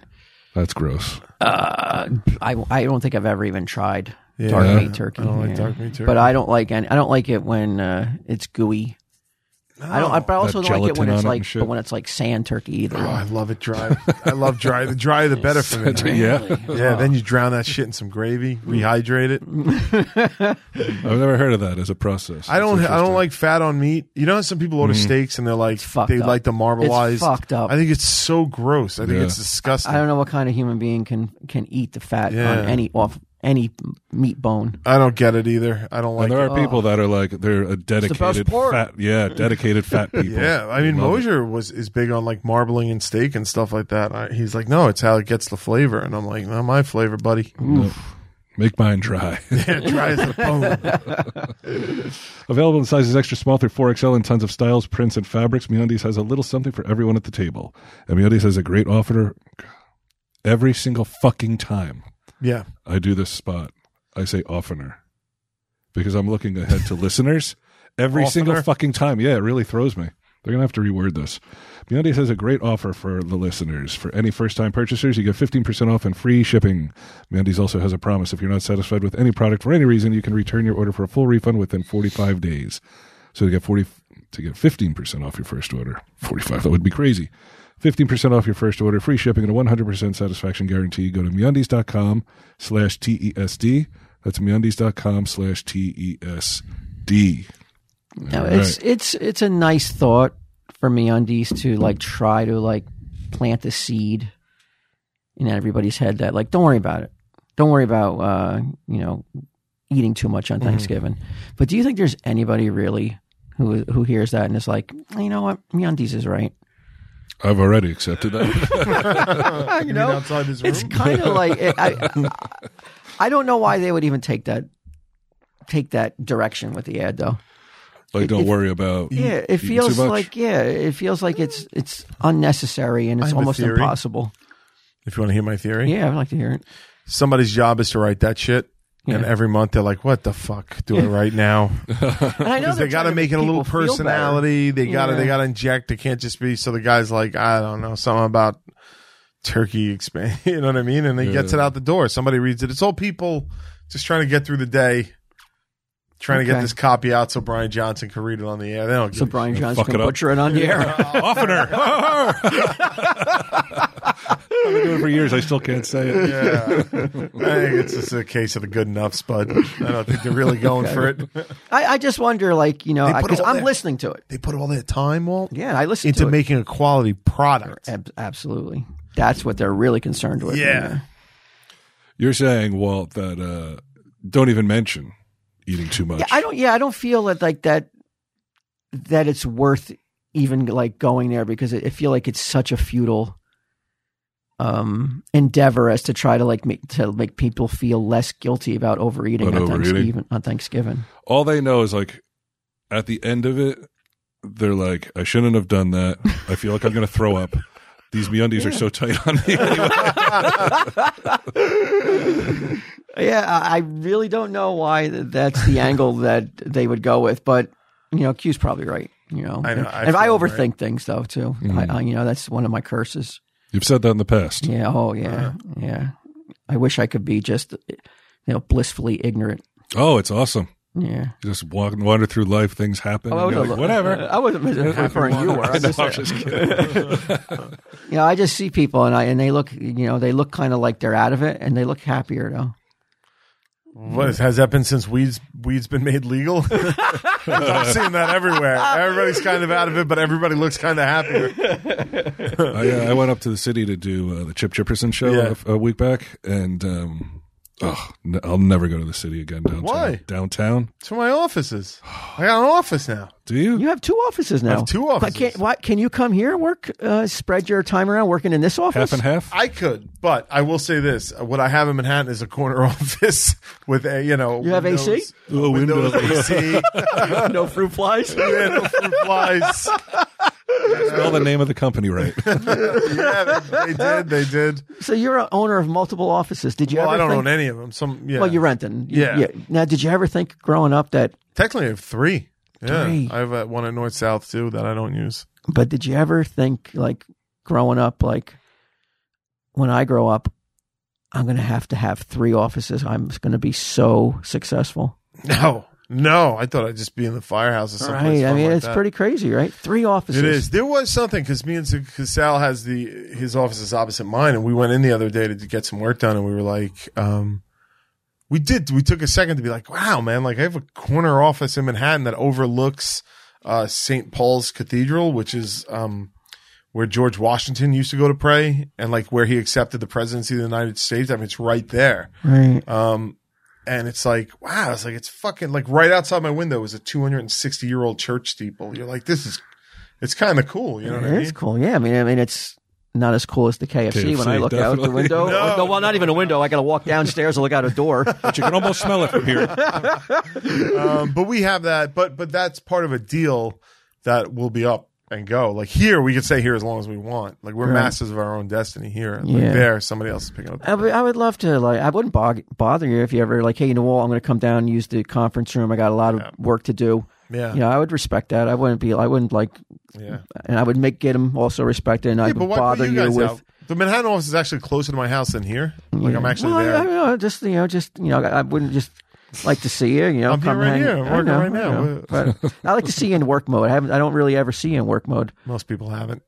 That's gross. Uh, I, I don't think I've ever even tried Yeah. dark Yeah. meat turkey. I don't like Yeah. dark meat turkey. But I don't like any, I don't like it when uh, it's gooey. I don't. I, but I also That don't like it when gelatin on it's it like and shit. but when it's like sand turkey either. Oh, I love it dry. I love dry. The drier the better for me. Yeah, Yeah, then you drown that shit in some gravy, rehydrate it. I've never heard of that as a process. I don't. That's I don't interesting. like fat on meat. You know, how some people order steaks and they're like fucked they up. like the marbleized. It's fucked up. I think it's so gross. I think Yeah. it's disgusting. I don't know what kind of human being can can eat the fat Yeah. on any off any meat bone. get it either. I don't like. oh. and there It. are people that are like they're a dedicated pork. fat. Yeah, dedicated fat people. Yeah, I mean, Love it. Mosier was is big on like marbling and steak and stuff like that. I, he's like, no, it's how it gets the flavor, and I'm like, not my flavor, buddy. Make mine dry. Dry as a bone. Available in sizes extra small through 4XL in tons of styles, prints, and fabrics, MeUndies has a little something for everyone at the table. And MeUndies has a great offer every single fucking time Yeah, I do this spot. I say oftener because I'm looking ahead to listeners every single Oftener? fucking time. Yeah, it really throws me. They're going to have to reword this. MeUndies has a great offer for the listeners. For any first-time purchasers, you get 15% off and free shipping. MeUndies also has a promise. If you're not satisfied with any product for any reason, you can return your order for a full refund within 45 days. So to get 40 to get 15% off your first order. 45 that would be crazy. 15% off your first order, free shipping and a 100% satisfaction guarantee. Go to meundies.com slash TESD. That's meundies.com slash E TESD. No, it's it's it's a nice thought for me on these to like try to like plant a seed in everybody's head that like don't worry about it. Don't worry about uh, you know eating too much on Thanksgiving. But do you think there's anybody really who who hears that and is like, you know what, Meundies is right. I've already accepted that. you know, outside this room. It's kind of like I, I, I don't know why they would even take that take that direction with the ad though. like, don't worry about. Yeah, it too feels much. like yeah, it feels like it's it's unnecessary and I it's have a almost theory. impossible. if you want to hear my theory, Yeah, I'd like to hear it. somebody's job is to write that shit And every month they're like, "What the fuck do I write now?" And I know Because they're they got to trying make it a little people feel better. personality. They got to they Yeah. got to inject. It can't just be so. The guy's like, I don't know, something about turkey expand. You know what I mean? And he gets it Yeah. out the door. Somebody reads it. It's all people just trying to get through the day, trying to get Okay. this copy out so Brian Johnson can read it on the air. They don't. So give a Brian Johnson fuck can it up. butcher it on the air. Oftener. I've been doing it for years. I still can't say it. Yeah. I think it's just a case of the good enoughs, bud. I don't think they're really going for it. I, I just wonder, like you know, They put because all I'm their- listening to it. They put all their time, Walt, Yeah, I listen into to making a quality product. it. Ab- absolutely, that's what they're really concerned with. Yeah. You're saying, Walt, that uh, don't even mention eating too much. yeah, I don't. Yeah, I don't feel that like that. That it's worth even like going there because I I feel like it's such a futile um endeavor as to try to like make to make people feel less guilty about overeating, About on, overeating. Thanksgiving, on Thanksgiving. All they know is like at the end of it, they're like, I shouldn't have done that. I feel like I'm going to throw up. These MeUndies are so tight on me. Yeah, I I really don't know why th- that's the angle that they would go with, but you know, Q's probably right. You know, I know, I if I feel overthink things though, too, Mm. I, I, you know, that's one of my curses. You've said that in the past. Yeah. Oh, Uh-huh. yeah. Yeah. I wish I could be just, you know, blissfully ignorant. Oh, it's awesome. Yeah. You just walk and wander through life. Things happen. Oh, I Oh, and you're wasn't- like, Whatever. I wasn't referring you were. I I'm know, just I'm saying. just kidding. You know, I just see people and I and they look, you know, they look kind of like they're out of it and they look happier though. What is, has that been since weeds weed's been made legal? I'm seeing that everywhere. Everybody's kind of out of it, but everybody looks kind of happier. I, uh, I went up to the city to do uh, the Chip Chipperson show Yeah. a f- a, week back, and um, oh, n- I'll never go to the city again. Downtown. Why? Downtown? To my offices, I got an office now. Do you? You have two offices now. have two But can, offices. what, can you come here and work, uh, spread your time around working in this office? half and half. I could, but I will say this: what I have in Manhattan is a corner office with a you know You have AC? Oh, windows, window. AC, no fruit flies. and fruit flies. Spell the name of the company right. Yeah, they, they did. They did. so you're an owner of multiple offices. Did you Well, ever I don't think, own any of them. Some, yeah. Well, you're renting. You- Yeah. Now, did you ever think growing up that technically I have three. Yeah, Three. I have uh, one at North South too that I don't use. But did you ever think, like, growing up, like, when I grow up, I'm going to have to have three offices. I'm going to be so successful. No, no. I thought I'd just be in the firehouse or something. Right. I mean, like it's that. pretty crazy, right? Three offices. It is. There was something because me and Z- 'cause Sal has the his office is opposite mine, and we went in the other day to get some work done, and we were like, um, we did. We took a second to be like, wow, man, like I have a corner office in Manhattan that overlooks uh, St. Paul's Cathedral, which is um, where George Washington used to go to pray, and like where he accepted the presidency of the United States. I mean, it's right there. Right. Um, and it's like, wow, it's like, it's fucking like right outside my window is a 260 year old church steeple. You're like, this is, it's kind of cool. You know what I it is mean? cool. Yeah. I mean, I mean, it's not as cool as the KFC, when I KFC, look out the definitely. window. No. Oh, no, well, not even a window. I got to walk downstairs and look out a door. But you can almost smell it from here. Um, but we have that, but, but that's part of a deal that will be up and go. Like here, we can stay here as long as we want. Like we're masters of our own destiny here. Like Yeah. there, somebody else is picking up. I would- I would love to like I wouldn't bog- bother you if you ever like hey you know what I'm going to come down and use the conference room I got a lot of work to do Yeah. you know I would respect that I wouldn't be I wouldn't like Yeah. and I would make get him also respected and I Yeah, would but why bother put you you guys with out? The Manhattan office is actually closer to my house than here. Like I'm actually well, I- there. Oh, I, don't know, just you know just you know I, I wouldn't just like to see you you know I'm here come right hang here. I'm I working know, right I now. know. but I like to see you in work mode I haven't I don't really ever see you in work mode Most people haven't.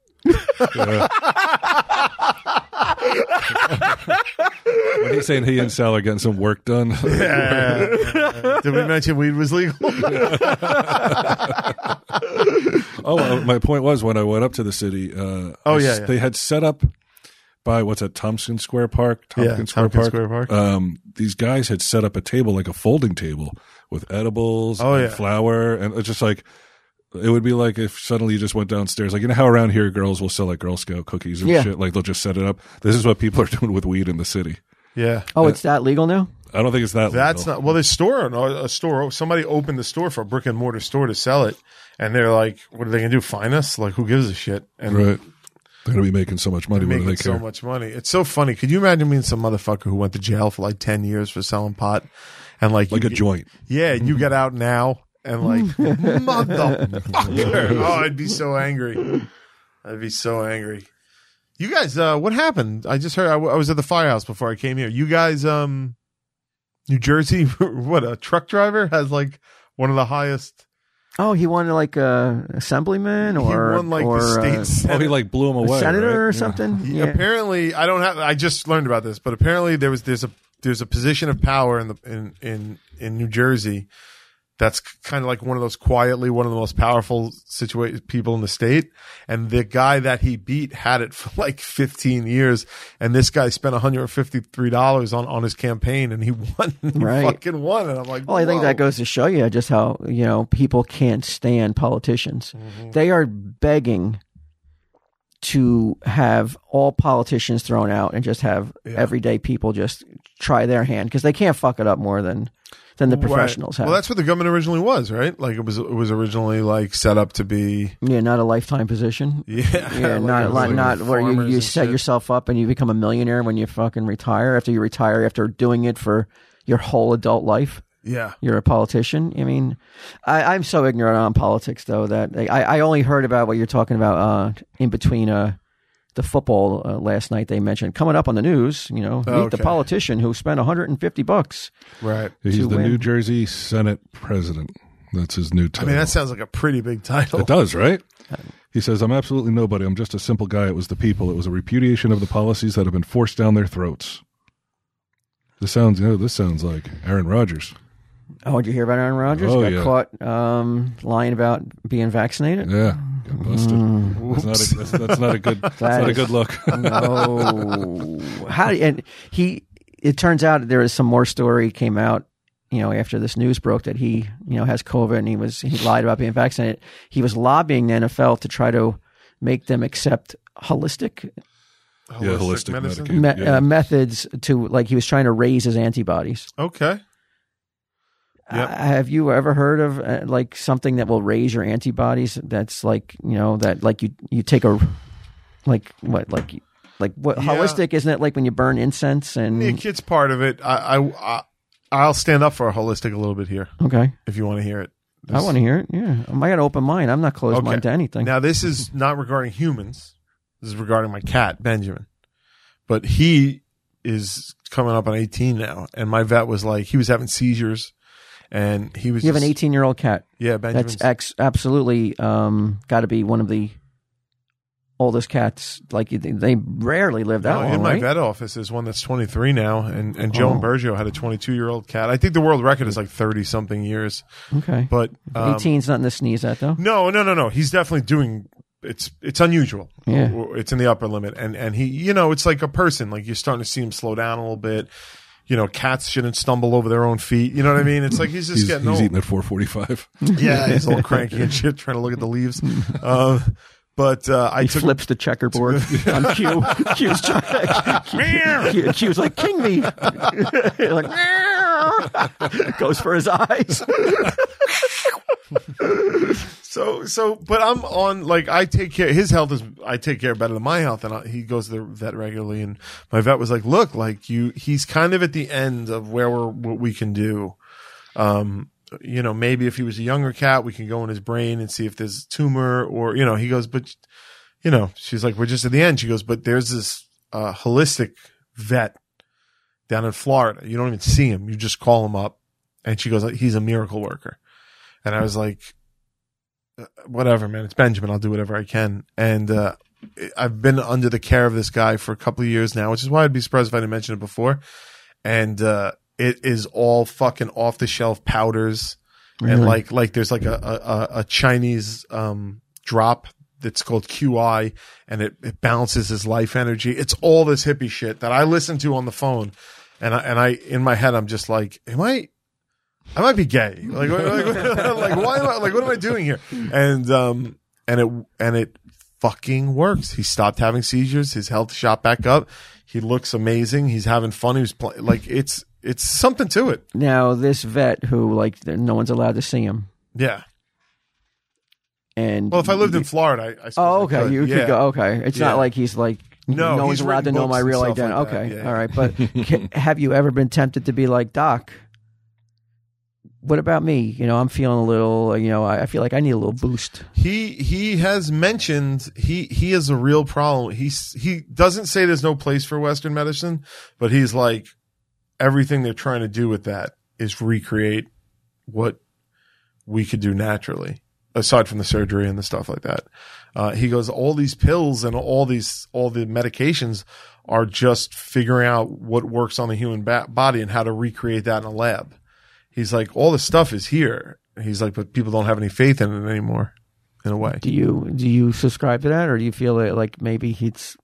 When he's saying he and Sal are getting some work done, Did we mention weed was legal? Oh, well, my point was when I went up to the city. Uh, Oh, I yeah, s- yeah. they had set up by what's that Tompkins Square Park. Tompkins Yeah, Square Tompkins Park. Square Park. Um, these guys had set up a table like a folding table with edibles, Oh, and yeah. flour, and it's just like. It would be like if suddenly you just went downstairs, like you know how around here girls will sell like Girl Scout cookies and Yeah. shit. Like they'll just set it up. This is what people are doing with weed in the city. yeah. oh it's that legal now I don't think it's that. That's legal. not well. The store, no, a store. Somebody opened the store for a brick and mortar store to sell it, and they're like, "What are they gonna do? Fine us? Like, who gives a shit?" And right. They're going to be making so much money. They're What making do they so care? much money. It's so funny. Could you imagine being some motherfucker who went to jail for like ten years for selling pot, and like, like you, a joint. yeah, and you get out now and like motherfucker. Oh, I'd be so angry. I'd be so angry. You guys, uh, what happened? I just heard I, w- I was at the firehouse before I came here. You guys, um, New Jersey, what a truck driver has like one of the highest. Oh, he wanted like a assemblyman he or won like or the state uh, Oh, senate. he like blew him a away. senator right? or Yeah. something. Yeah, Apparently, I don't have. I just learned about this, but apparently there was there's a there's a position of power in the in in in New Jersey that's kind of like one of those quietly one of the most powerful situated people in the state. And the guy that he beat had it for like 15 years, and this guy spent 153 dollars on on his campaign, and he won. He Right. fucking won. And I'm like, Well, I think that whoa. goes to show you just how you know people can't stand politicians. Mm-hmm. They are begging to have all politicians thrown out and just have Yeah. everyday people just try their hand because they can't fuck it up more than than the Right. professionals have. Well, that's what the government originally was, right? Like it was it was originally like set up to be. yeah, not a lifetime position. Yeah, Yeah, like it not was not, like not with where you, farmers you and set shit. yourself up and you become a millionaire when you fucking retire. After you retire, after doing it for your whole adult life. Yeah, you're a politician. I mean, I, I'm so ignorant on politics though that I, I only heard about what you're talking about uh, in between uh, the football uh, last night. They mentioned coming up on the news. You know, meet the Okay. politician who spent 150 bucks. right. He's To the win. New Jersey Senate president. That's his new I title. mean, that sounds like a pretty big title. It does, right? He says, I'm absolutely nobody. I'm just a simple guy. It was the people. It was a repudiation of the policies that have been forced down their throats. This sounds, you know, this sounds like Aaron Rodgers. Oh, did you hear about Aaron Rodgers? Oh, Got yeah. caught um, lying about being vaccinated. Yeah. Got busted. That's, not a, that's, that's not a good, that's not a is- good look. no. How and he? It turns out there is some more story came out. You know, after this news broke that he, you know, has COVID and he was he lied about being vaccinated. He was lobbying the NFL to try to make them accept holistic Yeah, holistic medication. me- Yeah. uh, methods to like he was trying to raise his antibodies. Okay. Yep. Uh, have you ever heard of uh, like something that will raise your antibodies? That's like you know that like you you take a like what like like what Yeah. holistic isn't it like when you burn incense and The kids part of it, I, I, I, I'll stand up for a holistic a little bit here okay if you want to hear it. I want to hear it yeah Um, I got an open mind I'm not closed Okay. mind to anything Now, this is not regarding humans. This is regarding my cat, Benjamin. But he is coming up on 18 now. And my vet was like, he was having seizures. And he was you have an just- 18 year old cat Yeah, Benjamin's. that's ex- absolutely um got to be one of the oldest cats like they- they rarely live that No, long in my right? vet office is one that's 23 now, and, and Joe Oh. and Bergio had a 22 year old cat. I think the world record is like 30 something years, okay but um, 18's nothing to sneeze at though No, no, no, no. He's definitely doing. It's it's unusual. Yeah. it's in the upper limit, and and he, you know, it's like a person. Like you're starting to see him slow down a little bit. You know, cats shouldn't stumble over their own feet. You know what I mean? It's like he's just He's, getting he's old. eating at 445. yeah, he's all cranky and shit, trying to look at the leaves. Uh, but uh, I He took flips the checkerboard on Q. Q's trying. Q, Q's like king me. like "Meow." goes for his eyes. So so, but I'm on like I take care. His health is I take care better than my health, and I, he goes to the vet regularly. And my vet was like, "Look, like you, he's kind of at the end of where we're what we can do. Um, you know, maybe if he was a younger cat, we can go in his brain and see if there's a tumor or you know." He goes, "But you know," she's like, "We're just at the end." She goes, "But there's this uh, holistic vet down in Florida. You don't even see him. You just call him up." And she goes, "He's a miracle worker." And I was like whatever, man. It's Benjamin. I'll do whatever I can. And uh, I've been under the care of this guy for a couple of years now, which is why I'd be surprised if I didn't mention it before. And uh, it is all fucking off the shelf powders and like like there's like a a, a- a Chinese um drop that's called QI and it, it balances his life energy. It's all this hippie shit that I listen to on the phone, and I and I in my head I'm just like, am I? I might be gay. Like, like, like why am I, like what am I doing here? And um and it and it fucking works. He stopped having seizures. His health shot back up. He looks amazing. He's having fun. He was play- like it's it's something to it. now this vet who like no one's allowed to see him. Yeah. And Well, if I lived in Florida, I, I suppose oh, I okay, you yeah. could go. Okay, it's Yeah. not like he's like No, no, he's one's allowed to written know books my and real stuff like identity. that, okay, yeah. all right, but ca- have you ever been tempted to be like Doc? What about me? You know, I'm feeling a little. You know, I, I feel like I need a little boost. He he has mentioned he he is a real problem. He he doesn't say there's no place for Western medicine, but he's like everything they're trying to do with that is recreate what we could do naturally, aside from the surgery and the stuff like that. Uh, he goes, all these pills and all these all the medications are just figuring out what works on the human ba- body and how to recreate that in a lab. He's like, all this stuff is here. He's like, but people don't have any faith in it anymore, in a way. Do you do you subscribe to that, or do you feel that like maybe he's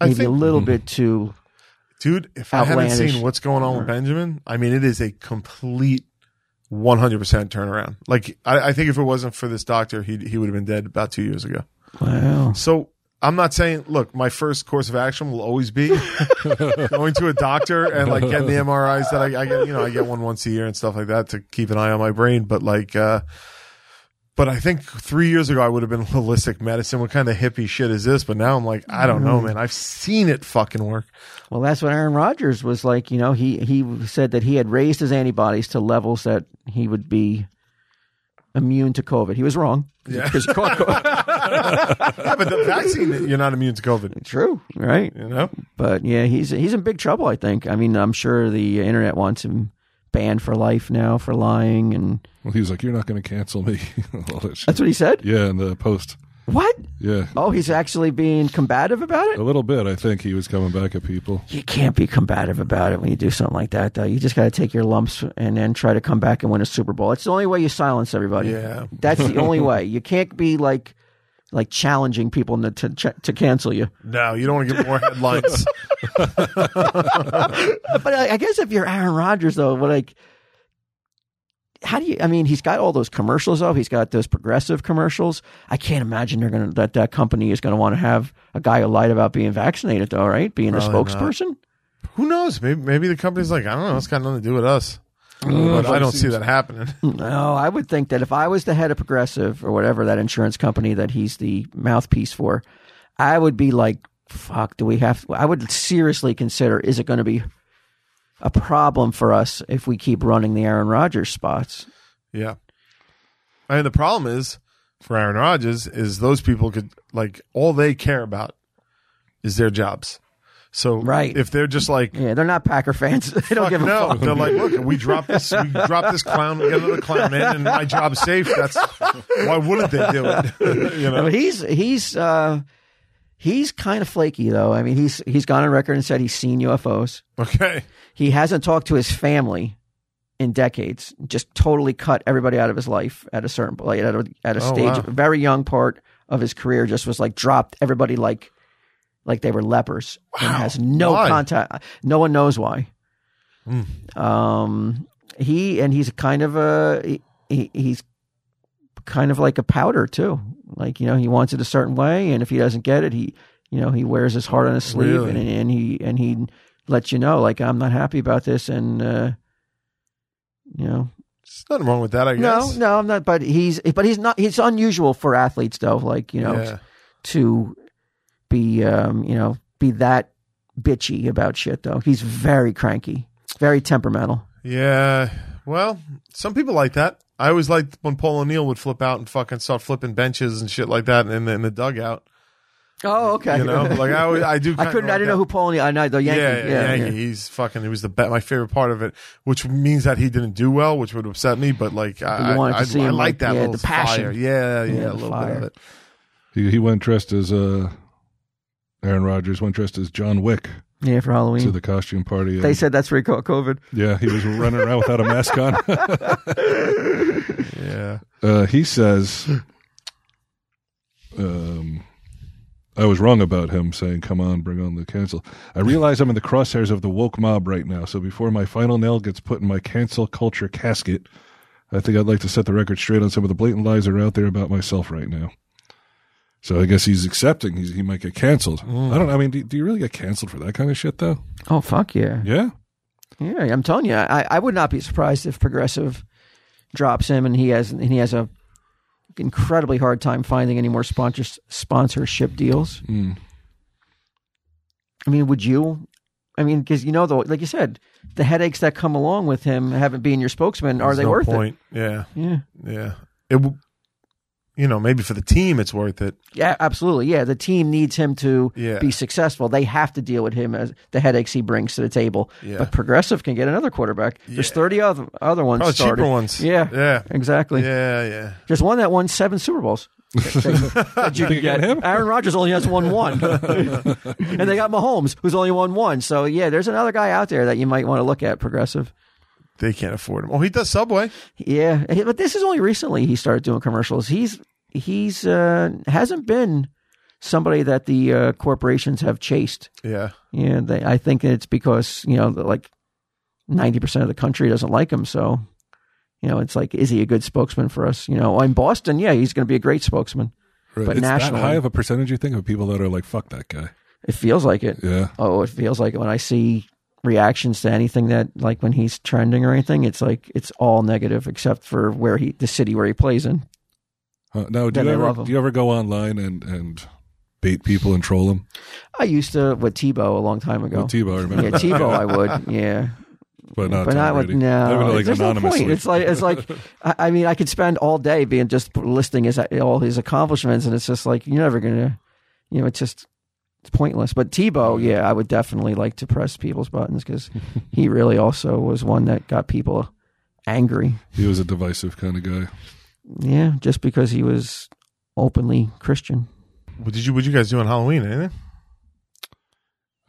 I maybe a think- Hmm. little bit too? Dude, if I haven't Outlandish. seen what's going on with Benjamin, I mean, it is a complete 100% turnaround. Like, I, I think if it wasn't for this doctor, he he would have been dead about two years ago. Wow. So I'm not saying, look, my first course of action will always be going to a doctor and like getting the MRIs that I, I get, you know, I get one once a year and stuff like that to keep an eye on my brain. But like, uh, but I think three years ago I would have been holistic medicine. What kind of hippie shit is this? But now I'm like, I don't know, man. I've seen it fucking work. Well, that's what Aaron Rodgers was like. You know, he he said that he had raised his antibodies to levels that he would be immune to COVID. He was wrong. Yeah. 'Cause he caught COVID. Yeah, but the vaccine, you're not immune to COVID. True, right? You know, But yeah, he's he's in big trouble. I think. I mean, I'm sure the internet wants him banned for life now for lying, and Well, he was like, "You're not going to cancel me." All that shit. that's what he said. Yeah, in the post. What? Yeah, Oh, he's actually being combative about a it. little bit. I think he was coming back at people. You can't be combative about it when you do something like that, though. You just got to take your lumps and then try to come back and win a Super Bowl. It's the only way you silence everybody. yeah. That's the only way. You can't be like like challenging people to to, ch- to cancel you. No, you don't want to get more headlines. Uh, But I, I guess if you're Aaron Rodgers, though, what like how do you? I mean, he's got all those commercials though. He's got those progressive commercials. I can't imagine they're gonna that that company is gonna want to have a guy who lied about being vaccinated, though, right? Being a Probably not. spokesperson. Who knows? Maybe maybe the company's like, I don't know. It's got nothing to do with us. But I don't see that happening. No, I would think that if I was the head of Progressive or whatever that insurance company that he's the mouthpiece for, I would be like, fuck, do we have, I would seriously consider, is it going to be a problem for us if we keep running the Aaron Rodgers spots? Yeah. And the problem is for Aaron Rodgers is those people could like all they care about is their jobs. So Right. if they're just like Yeah, they're not Packer fans. They don't fuck give a no, fuck. they're like, look, we drop this, we drop this clown, we get another clown in, and my job's safe. That's why wouldn't they do it? you know, But he's, he's, uh, he's kind of flaky though. I mean, he's, he's gone on record and said he's seen UFOs. okay, He hasn't talked to his family in decades. Just totally cut everybody out of his life at a certain like at a, at a Oh, stage, wow. a very young part of his career. Just was like dropped everybody like like they were lepers and Wow. has no Why? Hmm. contact. No one knows why. Um, he and he's kind of a he- he, he's kind of like a powder too. Like you know, he wants it a certain way, and if he doesn't get it, he you know he wears his heart on his sleeve, Really? and, and he and he lets you know like I'm not happy about this, and uh, you know, there's nothing wrong with that. I guess. no, no, I'm not. But he's but he's not. He's unusual for athletes though. Like you know, Yeah. to be um you know be that bitchy about shit though. He's very cranky, very temperamental. Yeah. Well, some people like that. I always liked when Paul O'Neill would flip out and fucking start flipping benches and shit like that in the, in the dugout. Oh, okay. You know, like I, always- I do. I kinda couldn't. I like didn't know that. who Paul. O'Neill- I know the Yankee. Yeah, Yeah, yeah, yeah. Yankee. He's fucking. He was the be- my favorite part of it, which means that he didn't do well, which would upset me. But like, I, You wanted to I, I, see I him, like like, that yeah, little the passion. fire. Yeah, yeah, a Yeah, the little bit of fire. it. He, he went dressed as uh, Aaron Rodgers went dressed as John Wick Yeah, for Halloween. to the costume party. and- Mm. they said that's where he caught COVID. yeah, he was running around without a mask on. Yeah, Uh, he says, Hmm. um, I was wrong about him saying, come on, bring on the cancel. I realize I'm in the crosshairs of the woke mob right now, so before my final nail gets put in my cancel culture casket, I think I'd like to set the record straight on some of the blatant lies that are out there about myself right now. So I guess he's accepting he's, he might get canceled. I don't. I mean, do, do you really get canceled for that kind of shit though? Oh fuck yeah. Yeah, Yeah, I'm telling you, I, I would not be surprised if Progressive drops him and he has and he has a incredibly hard time finding any more sponsors sponsorship deals. Hmm. Mm. I mean, would you? I mean, because you know, though, like you said, the headaches that come along with him having being your spokesman are There's they no worth point. Yeah, it? Yeah, yeah. It, w- you know, maybe for the team, it's worth it. yeah, absolutely. Yeah, the team needs him to Yeah. be successful. They have to deal with him as the headaches he brings to the table. Yeah. But Progressive can get another quarterback. There's Yeah. 30 other other ones Probably started. cheaper ones. Yeah, yeah, exactly. yeah, yeah. There's one that won seven Super Bowls. that you can Think get. about him? Aaron Rodgers only has won one, and they got Mahomes, who's only won one. So yeah, there's another guy out there that you might want to look at. Progressive. They can't afford him. Oh, he does Subway. Yeah, he- but this is only recently he started doing commercials. He's he's uh, hasn't been somebody that the uh, corporations have chased. Yeah, Yeah, they, I think it's because you know the, like ninety percent of the country doesn't like him. So you know, it's like, is he a good spokesman for us? You know, in Boston, yeah, he's going to be a great spokesman. Right. But it's that nationally- high of a percentage you think of people that are like, fuck that guy. It feels like it. Yeah. oh, it feels like it when I see reactions to anything that like when he's trending or anything, it's like it's all negative except for where he the city where he plays in. Huh. Now, do Then you they love ever 'em. do you ever go online and and bait people and troll them? I used to with Tebow a long time ago. With Tebow, I remember. yeah, that. Tebow I would. Yeah. but not but Tom not with Brady. no. Maybe, like There's no anonymously. point. It's like it's like I, I mean I could spend all day being just listing his all his accomplishments and it's just like you're never gonna you know, it's just it's pointless. But Oh, Tebow, yeah, I would definitely like to press people's buttons because he really also was one that got people angry. he was a divisive kind of guy. Yeah, just because he was openly Christian. what did you? What you guys do on Halloween? Anything?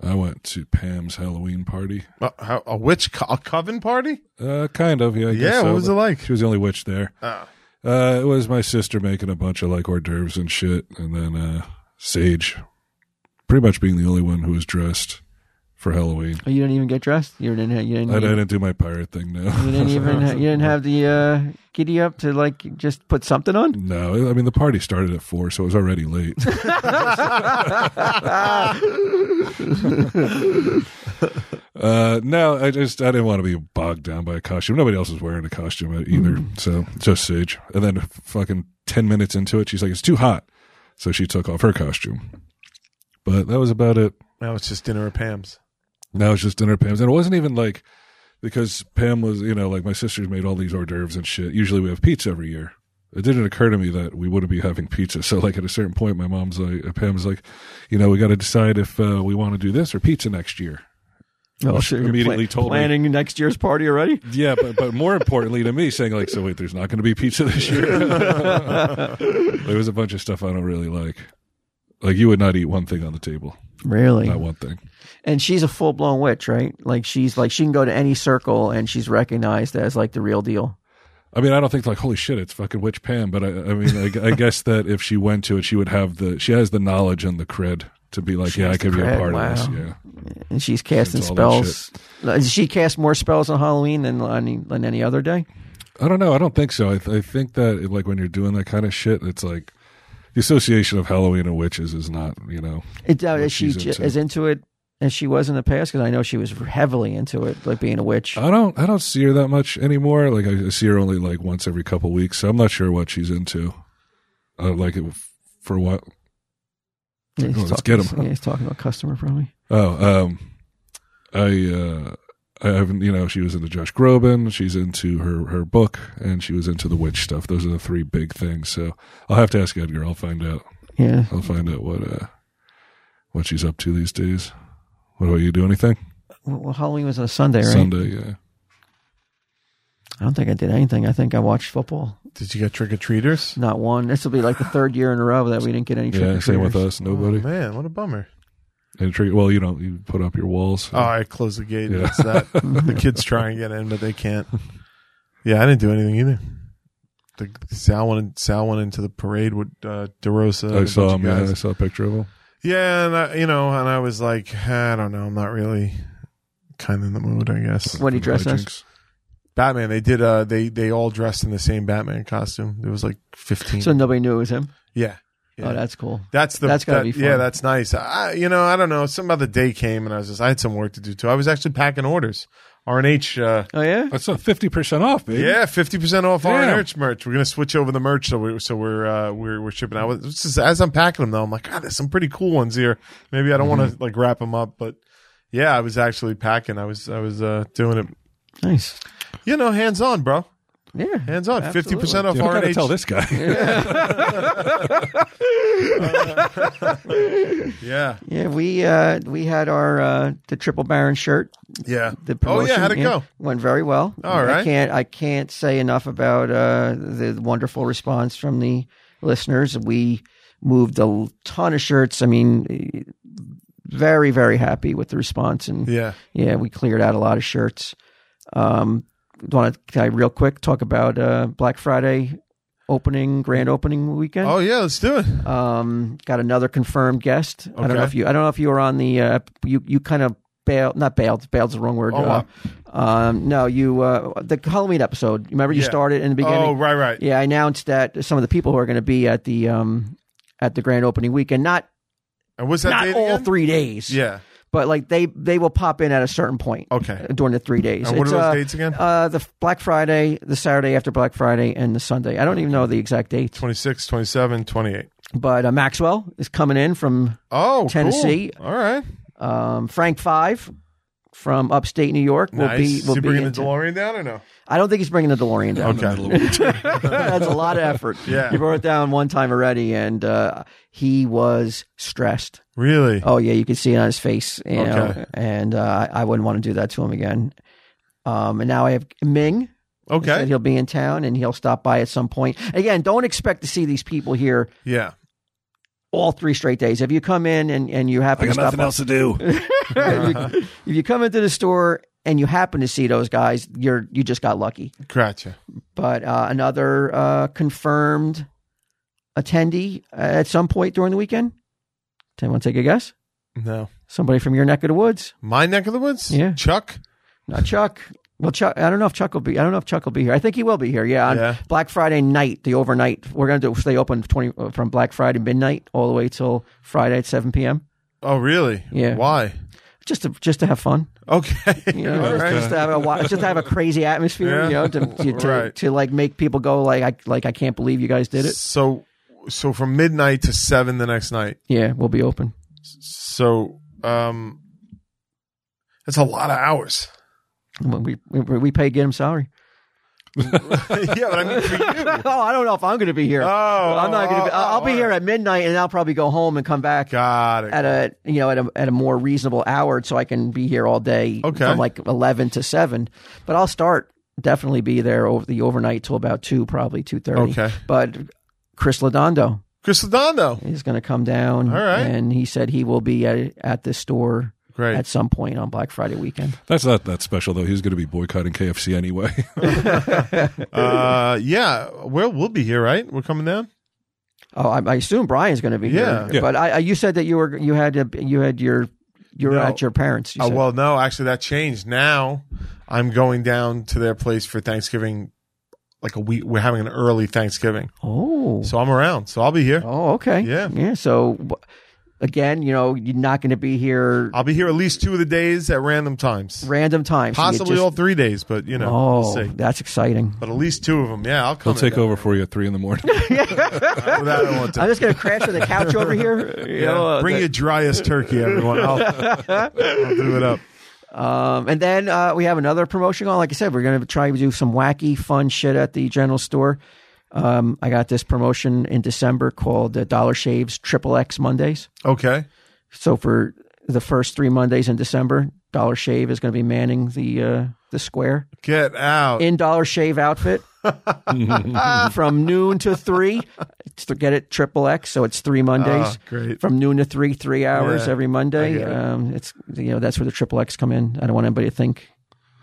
I went to Pam's Halloween party. Uh, how, a witch, co- a coven party? Uh, kind of, yeah. I guess yeah. so, What was it but like? She was the only witch there. Ah. Uh, it was my sister making a bunch of like hors d'oeuvres and shit, and then uh, Sage, pretty much being the only one who was dressed for Halloween. Oh, you didn't even get dressed. You didn't. ha- You didn't. I, I even- didn't do my pirate thing, no. You didn't even. ha- You didn't have the uh, giddy up to like just put something on. No, I mean the party started at four, so it was already late. uh, no, I just I didn't want to be bogged down by a costume. Nobody else was wearing a costume either, so just Sage. And then fucking ten minutes into it, she's like, "It's too hot," so she took off her costume. But that was about it. Now it's just dinner at Pam's. Now it's just dinner Pam's. And it wasn't even like because Pam was, you know, like my sister's made all these hors d'oeuvres and shit. Usually we have pizza every year. It didn't occur to me that we wouldn't be having pizza. So like at a certain point, my mom's like, uh, Pam's like, you know, we got to decide if uh, we want to do this or pizza next year. Oh, she immediately told me- planning next year's party already. Yeah, but but more importantly to me, saying like, so wait, there's not going to be pizza this year. there was a bunch of stuff I don't really like. Like you would not eat one thing on the table, Really? not one thing. And she's a full blown witch, right? Like she's like she can go to any circle and she's recognized as like the real deal. I mean, I don't think like holy shit, it's fucking witch Pam, but I, I mean, I, I guess that if she went to it, she would have the she has the knowledge and the cred to be like, yeah, I has could the be a cred, part of this. wow. Yeah, And she's casting Since all that spells. Like, She cast more spells on Halloween than on any, than any other day. I don't know. I don't think so. I, I think that like when you're doing that kind of shit, it's like the association of Halloween and witches is not you know It, uh, What is she she's j- into. as into it as she was in the past? Because I know she was heavily into it, like being a witch. I don't I don't see her that much anymore. Like I, I see her only like once every couple weeks, so I'm not sure what she's into. Uh, like it, for what? Yeah, he's let's talking- get 'em. yeah, he's talking about customer probably. Oh, um, I, uh, I haven't, you know, she was into Josh Groban. She's into her, her book and she was into the witch stuff. Those are the three big things. So I'll have to ask Edgar. I'll find out. Yeah. I'll find out what, uh, what she's up to these days. What about you? Do anything? Well, Halloween was on a Sunday, right? Sunday. Yeah. I don't think I did anything. I think I watched football. Did you get trick or treaters? Not one. This will be like the third year in a row that we didn't get any. Yeah. trick-or-treaters. Same with us. Oh, Nobody. man, what a bummer. And trick- well, you don't, you put up your walls. Oh, I closed the gate. Yeah. That's that. the kids try and get in, but they can't. Yeah, I didn't do anything either. The, Sal went. Sal went into the parade with uh, Derosa. and a I saw bunch of him. Yeah, guys. I saw a picture of him. Yeah, and I, you know, and I was like, "Ah, I don't know, I'm not really kind of in the mood, I guess. What did he dress as? Hijinks. Batman. They did. Uh, they they all dressed in the same Batman costume. There was like fifteen. So nobody knew it was him. yeah, Yeah. Oh, that's cool. That's the That's gotta that- be fun. yeah, that's nice. I you know I don't know. Some other day came and I was just I had some work to do too. I was actually packing orders. R and H. Uh, Oh yeah. That's a fifty percent off, baby. yeah, fifty percent off R Damn. and H merch. We're gonna switch over the merch, so we so we're uh, we're we're shipping out. This is, as I'm packing them though, I'm like, God, there's some pretty cool ones here. Maybe I don't want Mm-hmm. to like wrap them up, but yeah, I was actually packing. I was I was uh, doing it. Nice. You know, hands on, bro. Yeah. Hands on. Fifty percent off You R gotta and H. tell this guy. Yeah, Yeah, we uh, we had our uh, the triple baron shirt. yeah. The oh yeah, promotion, how'd it go? Went very well. All I right. can't I can't say enough about uh, the wonderful response from the listeners. We moved a ton of shirts. I mean, eh, very very happy with the response, and yeah, Yeah, we cleared out a lot of shirts. Um, want to real quick talk about uh, Black Friday opening grand opening weekend? Oh yeah, let's do it. Um, got another confirmed guest. I don't know Okay. if you. I don't know if you were on the. Uh, you you kind of bailed, not bailed. Bailed's the wrong word. Oh, uh, um, no, you uh, the Halloween episode. Remember you Yeah. started in the beginning. Oh right, right. Yeah, I announced that some of the people who are going to be at the um at the grand opening weekend, not And what's that not date all again? three days. Yeah. but like they they will pop in at a certain point Okay. during the three days. And what It's, are those uh, dates again? Uh, the Black Friday, the Saturday after Black Friday, and the Sunday. I don't even know the exact dates, 26, 27, 28. but uh, Maxwell is coming in from Oh, cool. Tennessee. All right. Um, Frank Five from upstate New York will nice. be will Is he be. bringing the in town. DeLorean down or no? I don't think he's bringing the DeLorean down. That's a lot of effort. Yeah. he brought it down one time already, and uh, he was stressed. Really? Oh yeah, you could see it on his face. You know, Okay. and uh, I wouldn't want to do that to him again. Um, and now I have Ming. He said okay. he'll be in town and he'll stop by at some point. Again, don't expect to see these people here Yeah. all three straight days. If you come in and, and you happen I to got stop nothing by- else to do. if, you, if you come into the store and you happen to see those guys, you're you just got lucky. Gotcha. But uh, another uh, confirmed attendee uh, at some point during the weekend. Anyone take a guess? No. Somebody from your neck of the woods? My neck of the woods? Yeah. Chuck? Not Chuck. Well, Chuck. I don't know if Chuck will be. I don't know if Chuck will be here. I think he will be here. Yeah, on Yeah. Black Friday night, the overnight. We're gonna do. Stay open twenty uh, from Black Friday midnight all the way till Friday at seven p.m. Oh, really? Yeah. Why? Just to just to have fun. Okay. you know, All just- right. just to have a wa- just to have a crazy atmosphere, Yeah. you know, to to, to, Right. to, like make people go like I like I can't believe you guys did it. So, so from midnight to seven the next night. Yeah, we'll be open. So, um, that's a lot of hours. We we, we pay get him salary. yeah, but I mean for you. oh, I don't know if I'm going to be here. Oh, I'm not going to. oh, Be, I'll, I'll oh, be all here right. at midnight, and I'll probably go home and come back Got it. at a you know at a at a more reasonable hour, so I can be here all day Okay. from like eleven to seven. But I'll start definitely be there over the overnight till about two, probably two thirty. Okay. But Chris Ladondo, Chris Ladondo. He's going to come down. All right. And he said he will be at, at this store Great. at some point on Black Friday weekend. That's not that special though. He's going to be boycotting KFC anyway. uh, yeah, well, we'll be here, right? We're coming down. Oh, I, I assume Brian's going to be Yeah. here. Yeah. But I, I, you said that you were you had a, you had your you were No. at your parents. You Oh said. well, no, actually, that changed. Now I'm going down to their place for Thanksgiving. Like a week, we're having an early Thanksgiving, oh. so I'm around. So I'll be here. oh, okay. Yeah. yeah. So wh- again, you know, you're not going to be here I'll be here at least two of the days at random times, random times. So you possibly just- all three days, but you know, Oh, we'll see. that's exciting. But at least two of them, yeah, I'll Oh He'll come. take in. over for you at three in the morning. Well, that I want to. I'm just going to crash on the couch over here. You Yeah. know, uh, Bring the- your driest turkey, everyone. I'll, I'll do it up. Um, and then uh, we have another promotion on. Like I said, we're going to try to do some wacky, fun shit at the general store. Um, I got this promotion in December called uh, Dollar Shaves Triple X Mondays. Okay, So for the first three Mondays in December, Dollar Shave is going to be manning the uh, the square get out. in Dollar Shave outfit from noon to three. It's to get it triple X, so it's three Mondays. Ah, great. From noon to three, three hours Yeah, every Monday. get it. Um, it's you know that's where the triple X come in. I don't want anybody to think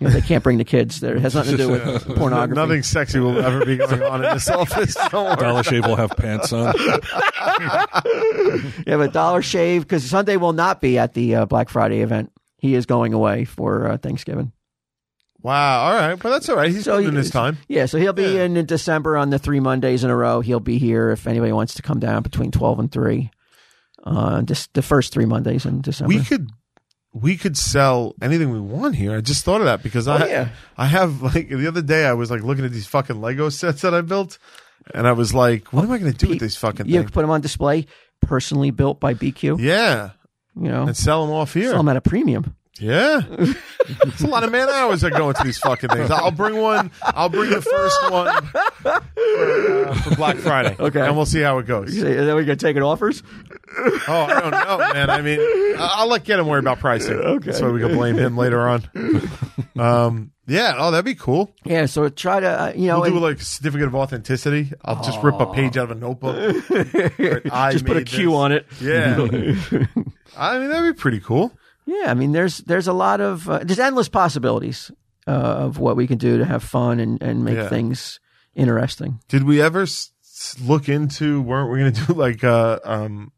you know they can't bring the kids there. It has nothing to do with pornography. Nothing sexy will ever be going on in this office. Don't worry. Dollar Shave will have pants on. You have a Dollar Shave because Sunday will not be at the uh, Black Friday event. He is going away for uh, Thanksgiving. Wow. All right. But that's all right. He's So doing he- his time. Yeah, so he'll be Yeah. in in December on the three Mondays in a row. He'll be here if anybody wants to come down between twelve and three. Uh, just the first three Mondays in December. We could we could sell anything we want here. I just thought of that because I Oh, yeah. I have like the other day I was like looking at these fucking Lego sets that I built and I was like, what am I going to do with Pete, these fucking you things? could put them on display, personally built by BQ. Yeah. You know, And sell them off here. sell them at a premium. Yeah. It's a lot of man hours that go into these fucking things. I'll bring one. I'll bring the first one for, uh, for Black Friday. Okay. And we'll see how it goes. So, then we can take it offers. Oh, I don't know, man. I mean, I- I'll let get him worry about pricing. Okay. So we can blame him later on. Um, yeah. Oh, that'd be cool. Yeah, so try to uh, you know We'll do and like certificate of authenticity. I'll just rip a page out of a notebook. just put a Q on it. Yeah. I mean, that'd be pretty cool. Yeah, I mean, there's there's a lot of uh, there's endless possibilities uh, of what we can do to have fun and and make Yeah. things interesting. Did we ever s- s- look into weren't we going to do like uh um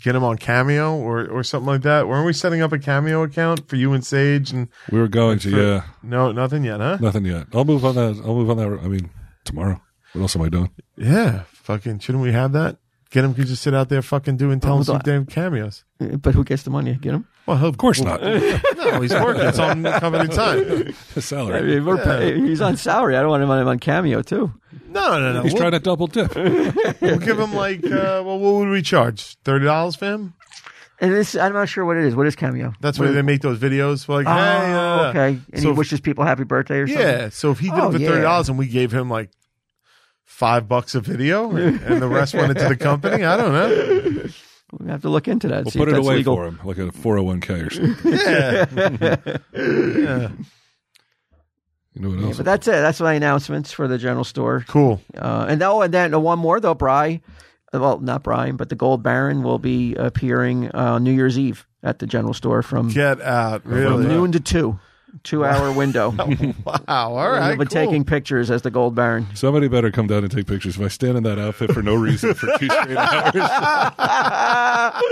get him on Cameo or or something like that? Weren't we setting up a Cameo account for you and Sage and We were going to, For- yeah. no nothing yet, huh? Nothing yet. I'll move on that. I'll move on that. I mean, tomorrow. What else am I doing? Yeah, fucking shouldn't we have that? Get him could just sit out there fucking doing telling Well, some I- damn cameos. Uh, But who gets the money? Get them. Well, Of course not. no, he's working. It's on the company time. I salary. mean, we're pay- he's on salary. I don't want him on, on cameo too. No, no, no. He's we'll, trying to double dip. we'll give him like, uh, well, what would we charge? Thirty dollars for him? And this, I'm not sure what it is. What is cameo? That's where they make those videos. Like, Oh, hey, uh, okay. And So he if- wishes people happy birthday or something. Yeah. So if he did Oh, it for yeah. thirty dollars and we gave him like five bucks a video and, and the rest went into the company, I don't know. we have to look into that. and We'll see put if it that's away legal. for him, like a 401k or something. Yeah. yeah. You know what Yeah, else? but that's it. That's my announcements for the general store. Cool. Uh, and oh, and then uh, one more though, Bry. Well, not Brian, but the Gold Baron will be appearing uh, New Year's Eve at the general store from Get out. from Really. noon to two, two hour window. Wow. All We'll right. be Cool. taking pictures as the Gold Baron. Somebody better come down and take pictures. If I stand in that outfit for no reason for two straight hours, oh, that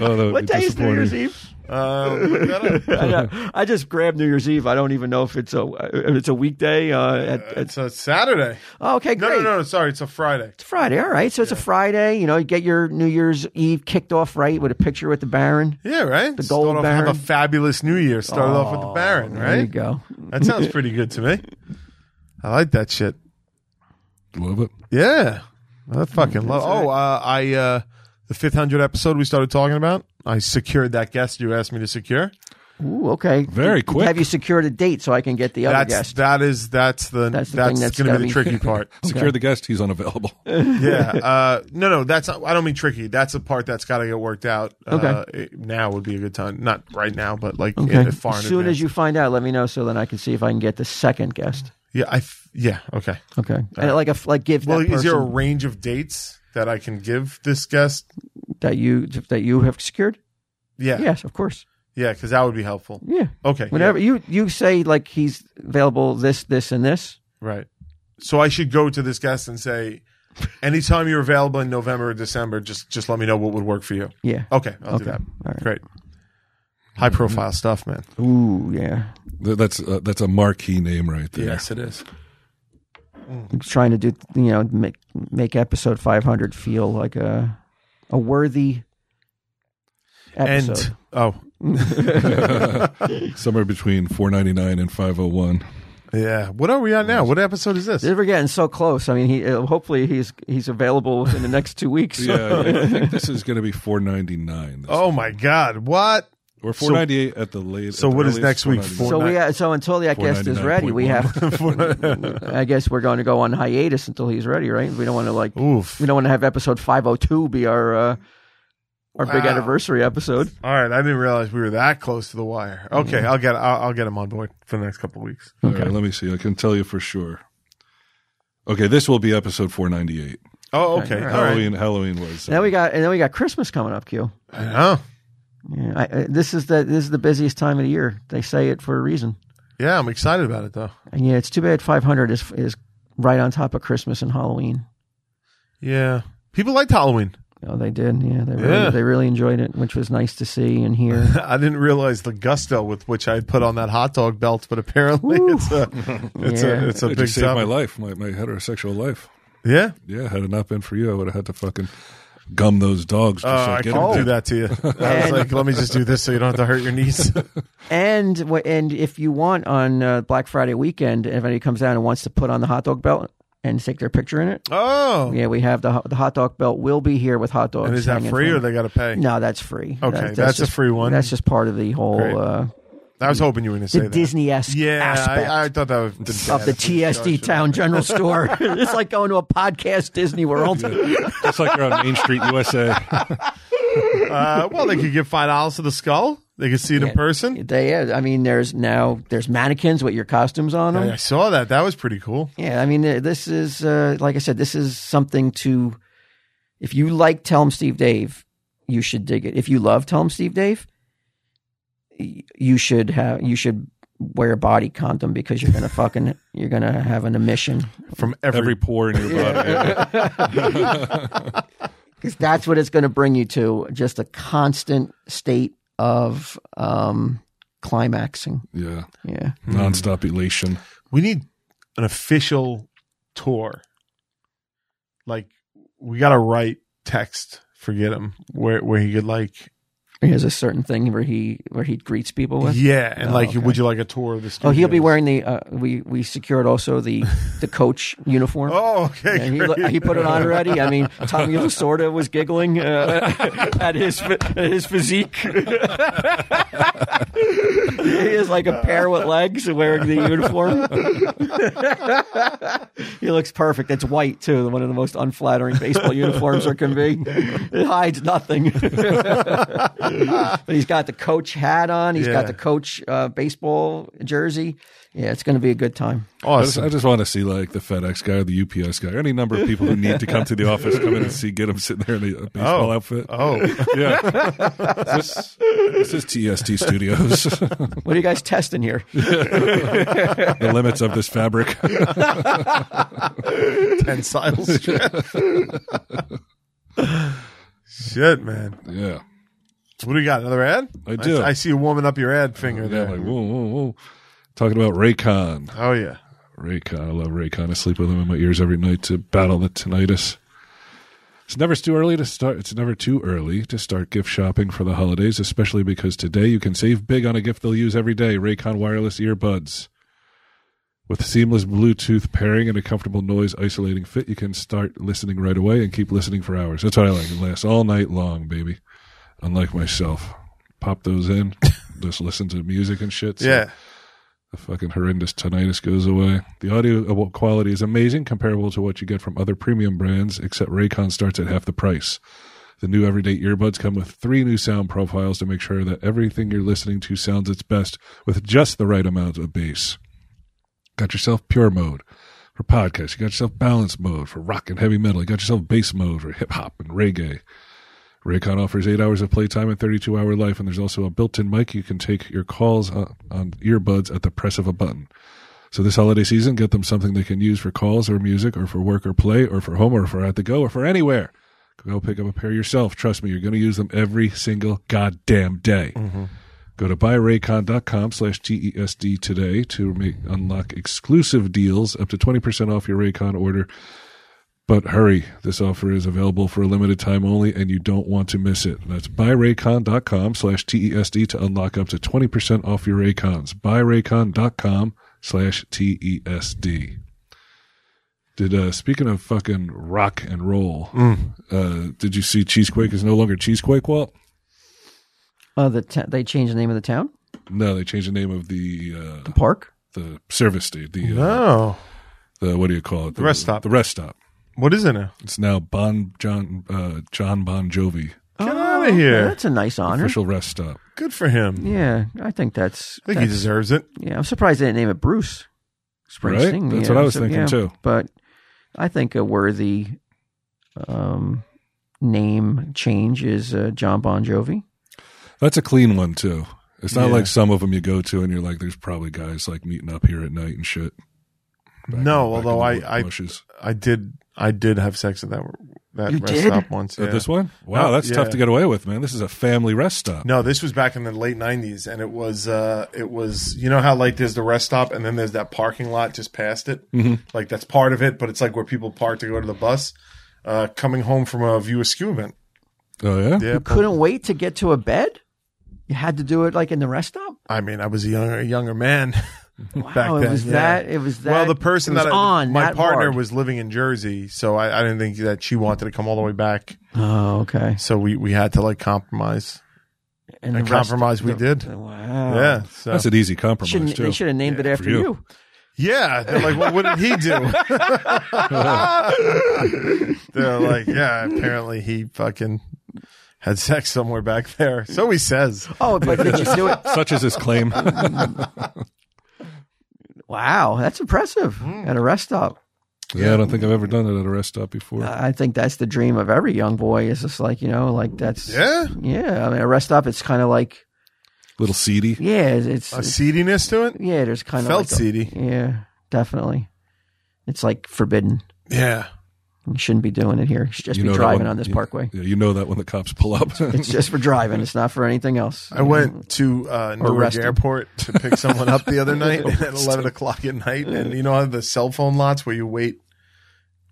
would What be day is New Year's disappointing. Eve? Uh, look that up. I, know. I just grabbed New Year's Eve. I don't even know if it's a if it's a weekday. Uh, at, at, it's a Saturday. oh, okay, No, great. no, no, no. Sorry, it's a Friday. It's Friday, all right. So it's a Friday. You know, you get your New Year's Eve kicked off right with a picture with the Baron. Yeah, right. The Gold off, Have Baron. a fabulous New Year. Started off with the Baron, There you right? go. That sounds pretty good to me. I like that shit. Love it. Yeah. I fucking love. Oh, uh, I uh, the fifth hundred episode we started talking about. I secured that guest you asked me to secure. Ooh, okay. Very quick. Have you secured a date so I can get the other That's guest? that is that's the That's that's, the thing that's going to gotta be be- the tricky part. Secure the guest. He's unavailable. yeah. Uh, no, no, that's not, I don't mean tricky. That's a part that's got to get worked out. Uh, it- now would be a good time. Not right now, but like in, Okay. far in As soon advance. as you find out, let me know so then I can see if I can get the second guest. Yeah. I. f- Yeah. Okay. Okay. And like a f- like give Well, that is there a person range of dates that I can give this guest? that you that you have secured. Yeah. Yeah. Yes, of course. Because that would be helpful. Yeah. Okay. yeah. Whenever you you say like he's available this this and this. Right. So I should go to this guest and say, anytime you're available in November or December, just just let me know what would work for you. Yeah. Okay, I'll okay. Oh, do that. All right. Great. High profile stuff, man. Ooh, yeah. Th- That's uh, that's a marquee name right there. it is. trying to do you know make make episode 500 feel like a a worthy episode. And oh Somewhere between 499 and 501. yeah, what are we on now? What episode is this? we're getting so close. I mean, he uh, hopefully he's he's available within the next two weeks. Yeah, I think this is going to be 499 this- Oh my God! What? or 498 at the latest. so what is next week? Four- So we uh, so until that guest is ready, we have I guess we're going to go on hiatus until he's ready, right? We don't want to like Oof! we don't want to have episode 502 be our uh, our big Wow. anniversary episode. All right, I didn't realize we were that close to the wire. Okay, I'll get I'll, I'll get him on board for the next couple of weeks. All right, let me see. I can tell you for sure. Okay, this will be episode 498. Oh, okay. All right. Halloween Halloween was. And uh, then we got and then we got Christmas coming up, Q. I know. Yeah, I, I, this is the this is the busiest time of the year. They say it for a reason. Yeah, I'm excited about it though. And yeah, it's too bad 500 is is right on top of Christmas and Halloween. Yeah, people liked Halloween. Oh, they did. Yeah, they really, Yeah. they really enjoyed it, which was nice to see and hear. I didn't realize the gusto with which I had put on that hot dog belt, but apparently it's a it's Yeah. a it's a it big just saved my job. life, my, my heterosexual life. Yeah, Yeah, had it not been for you, I would have had to fucking gum those dogs. Just uh, I like can get them Oh. do did. that to you. I was like, let me just do this so you don't have to hurt your knees. And wh- and if you want on uh, Black Friday weekend, if anybody comes down and wants to put on the hot dog belt and take their picture in it, oh, yeah, we have the ho- the hot dog belt will be here with hot dogs. and is that hanging free from or it. they got to pay? No, that's free. Okay, that's a just- free one. That's just part of the Great. whole uh, I was hoping you were going to say the that. Disney esque yeah, aspect. I, I thought that would be of the TSD Town General Store. it's like going to a podcast Disney World. Just like you're on Main Street, USA. Uh, well, they could give five dollars to the skull. They could see it in person. They, yeah, I mean, there's now there's mannequins with your costumes on them. I saw that. That was pretty cool. Yeah, I mean, uh, this is uh, like I said, this is something to. If you like Tell 'em Steve Dave, you should dig it. If you love Tell 'em Steve Dave, y- you should have you should wear a body condom because you're gonna fucking you're gonna have an emission From every, Every pore in your body. because that's what it's gonna bring you to just a constant state of um climaxing. Yeah. Yeah, Nonstop elation. we need an official tour. Like we got to write text for get him where where he could like he has a certain thing where he where he greets people with. yeah and Oh, like okay. would you like a tour of the Oh, studio? he'll be wearing the. Uh, we we secured also the the coach uniform. Oh, okay. Yeah, he, great. he put it on already. I mean, Tommy Lasorda was giggling uh, at his at his physique. he is like a pair with legs wearing the uniform. he looks perfect. It's white too. One of the most unflattering baseball uniforms there can be. It hides nothing. but he's got the coach hat on. He's Yeah. got the coach uh, baseball jersey. Yeah, it's going to be a good time. I just, Awesome. I just want to see like the FedEx guy or the UPS guy, any number of people who need to come to the office, come in and see, get him sitting there in a a baseball Oh. outfit. Oh, Yeah. this, this is TST Studios, the What are you guys testing here? limits of this fabric. tensile strength. Shit, man. yeah. What do we got? Another ad? I do. Oh, I, see you warming up your ad finger Yeah, there. like, whoa, whoa, whoa. Talking about Raycon. oh yeah. Raycon. I love Raycon. I sleep with him in my ears every night to battle the tinnitus. It's never too early to start. It's never too early to start gift shopping for the holidays, especially because today you can save big on a gift they'll use every day: Raycon wireless earbuds. With seamless Bluetooth pairing and a comfortable noise isolating fit, you can start listening right away and keep listening for hours. That's what I like. It lasts all night long, baby. Unlike myself, pop those in, just listen to music and shit. so- Yeah. the fucking horrendous tinnitus goes away. The audio quality is amazing, comparable to what you get from other premium brands, except Raycon starts at half the price. The new everyday earbuds come with three new sound profiles to make sure that everything you're listening to sounds its best with just the right amount of bass. Got yourself pure mode for podcasts. You got yourself balance mode for rock and heavy metal. You got yourself bass mode for hip hop and reggae. Raycon offers eight hours of playtime and 32 hour life, and there's also a built in mic you can take your calls on, on earbuds at the press of a button. So this holiday season, get them something they can use for calls or music or for work or play or for home or for at the go or for anywhere. Go pick up a pair yourself. Trust me, you're going to use them every single goddamn day. Go to buyraycon.com slash TESD today to make, unlock exclusive deals up to 20% off your Raycon order. But hurry, this offer is available for a limited time only and you don't want to miss it. That's buyraycon.com slash TESD to unlock up to 20% off your Raycons. Buyraycon.com slash TESD. Did, uh, speaking of fucking rock and roll, Mm. uh, did you see Cheesequake is no longer Cheesequake, Walt? Oh, the ta- they changed the name of the town, No, they changed the name of the uh, the park. the service station. The, uh, Oh, the what do you call it? The rest stop. The rest stop. what is it now? It's now Bon John uh, John Bon Jovi Get out of here. Oh, That's a nice honor. official rest stop. Good for him. Yeah, I think that's. I think he that's- deserves it. yeah, I'm surprised they didn't name it Bruce Springsteen. Right? That's Yeah, what I was so- thinking, yeah, too. But I think a worthy um, name change is uh, John Bon Jovi. That's a clean one too. It's not Yeah. like some of them you go to and you're like, there's probably guys like meeting up here at night and shit. Back No, in- back although in the I- I- bushes. I did. I did have sex at that that You rest did? stop once. At yeah. this one? Wow, Uh, that's tough yeah. to get away with, man. This is a family rest stop. No, this was back in the late '90s, and it was uh, it was you know how like there's the rest stop, and then there's that parking lot just past it. Mm-hmm. Like that's part of it, but it's like where people park to go to the bus. Uh, coming home from a view askew event, Oh yeah? yeah. Couldn't wait to get to a bed. You had to do it like in the rest stop. I mean, I was a younger younger man back Wow, then. it was yeah. that. It was that. well, the person it was that I, on my that partner hard. was living in Jersey, so I, I didn't think that she wanted to come all the way back. Oh, okay. So we, we had to like compromise. And And the rest- compromise we did. Wow. yeah, so. That's an easy compromise Shouldn't, too. they should have named it after you. you. Yeah, they're like, well, what did he do? they're like, yeah, apparently he fucking had sex somewhere back there. So he says. Oh, but did you do it? Such is his claim. Wow, that's impressive. Hmm. At a rest stop, yeah, I don't think I've ever done it at a rest stop before. I I think that's the dream of every young boy. Is just like you know, like that's Yeah, yeah, I mean, a rest stop. It's kind of like Little seedy. yeah, it's, it's a seediness to it. yeah. There's kind of Felt like a- seedy. yeah, definitely. It's like forbidden. Yeah, You shouldn't be doing it here. You should just be that driving one- on this you- parkway. Yeah, you know that when the cops pull up. It's just for driving. It's not for anything else. I went to uh, Newark resting. Airport to pick someone up the other night at eleven o'clock at night, and you know how the cell phone lots where you wait,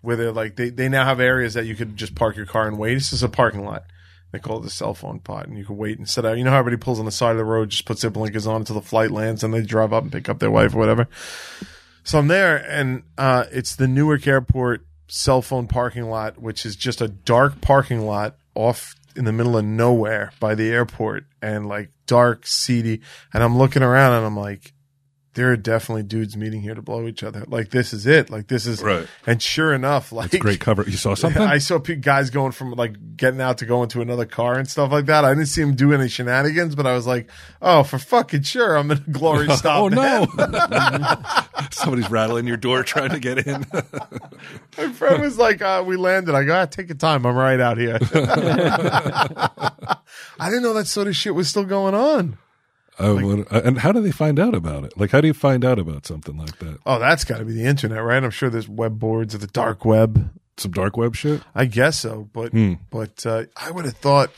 where they're like they, they now have areas that you could just park your car and wait. This is a parking lot. They call it the cell phone pot, and you can wait and sit out. You know how everybody pulls on the side of the road, just puts their blinkers on until the flight lands, and they drive up and pick up their wife or whatever. So I'm there, and uh, it's the Newark Airport cell phone parking lot, which is just a dark parking lot off in the middle of nowhere by the airport, and like dark, seedy. And I'm looking around, and I'm like, there are definitely dudes meeting here to blow each other. Like this is it. Like this is Right. And sure enough, like Great cover. You saw something? I saw pe- guys going from like getting out to go into another car and stuff like that. I didn't see him do any shenanigans, but I was like, "Oh, for fucking sure, I'm in a glory stop." oh now. no. Somebody's rattling your door trying to get in. My friend was like, uh, "We landed." I go, ah, "Take your time. I'm right out here." I didn't know that sort of shit was still going on. I would- and how do they find out about it? Like, how do you find out about something like that? Oh, that's got to be the internet, right? I'm sure there's web boards or the dark web. Some dark web shit? I guess so, but Hmm. but uh, I would have thought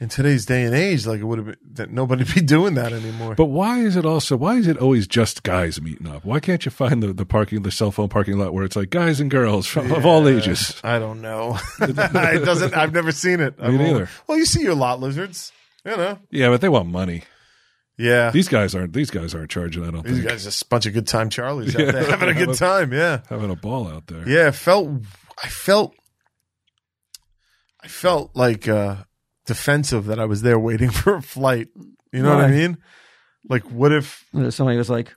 in today's day and age, like it would have been that nobody'd be doing that anymore. But why is it also why is it always just guys meeting up? Why can't you find the, the parking the cell phone parking lot where it's like guys and girls from, of all ages? I don't know. it doesn't. I've never seen it. I've only- neither. Well, you see your lot lizards. You know. Yeah, but they want money. Yeah. These, These guys aren't these guys aren't charging, I don't think. guys are just a bunch of good time Charlies Yeah. out there having a good time. Yeah. Having a ball out there. Yeah. it Felt. I felt. I felt like uh defensive that I was there waiting for a flight. You know what I Right. mean? Like, what if? Somebody was like,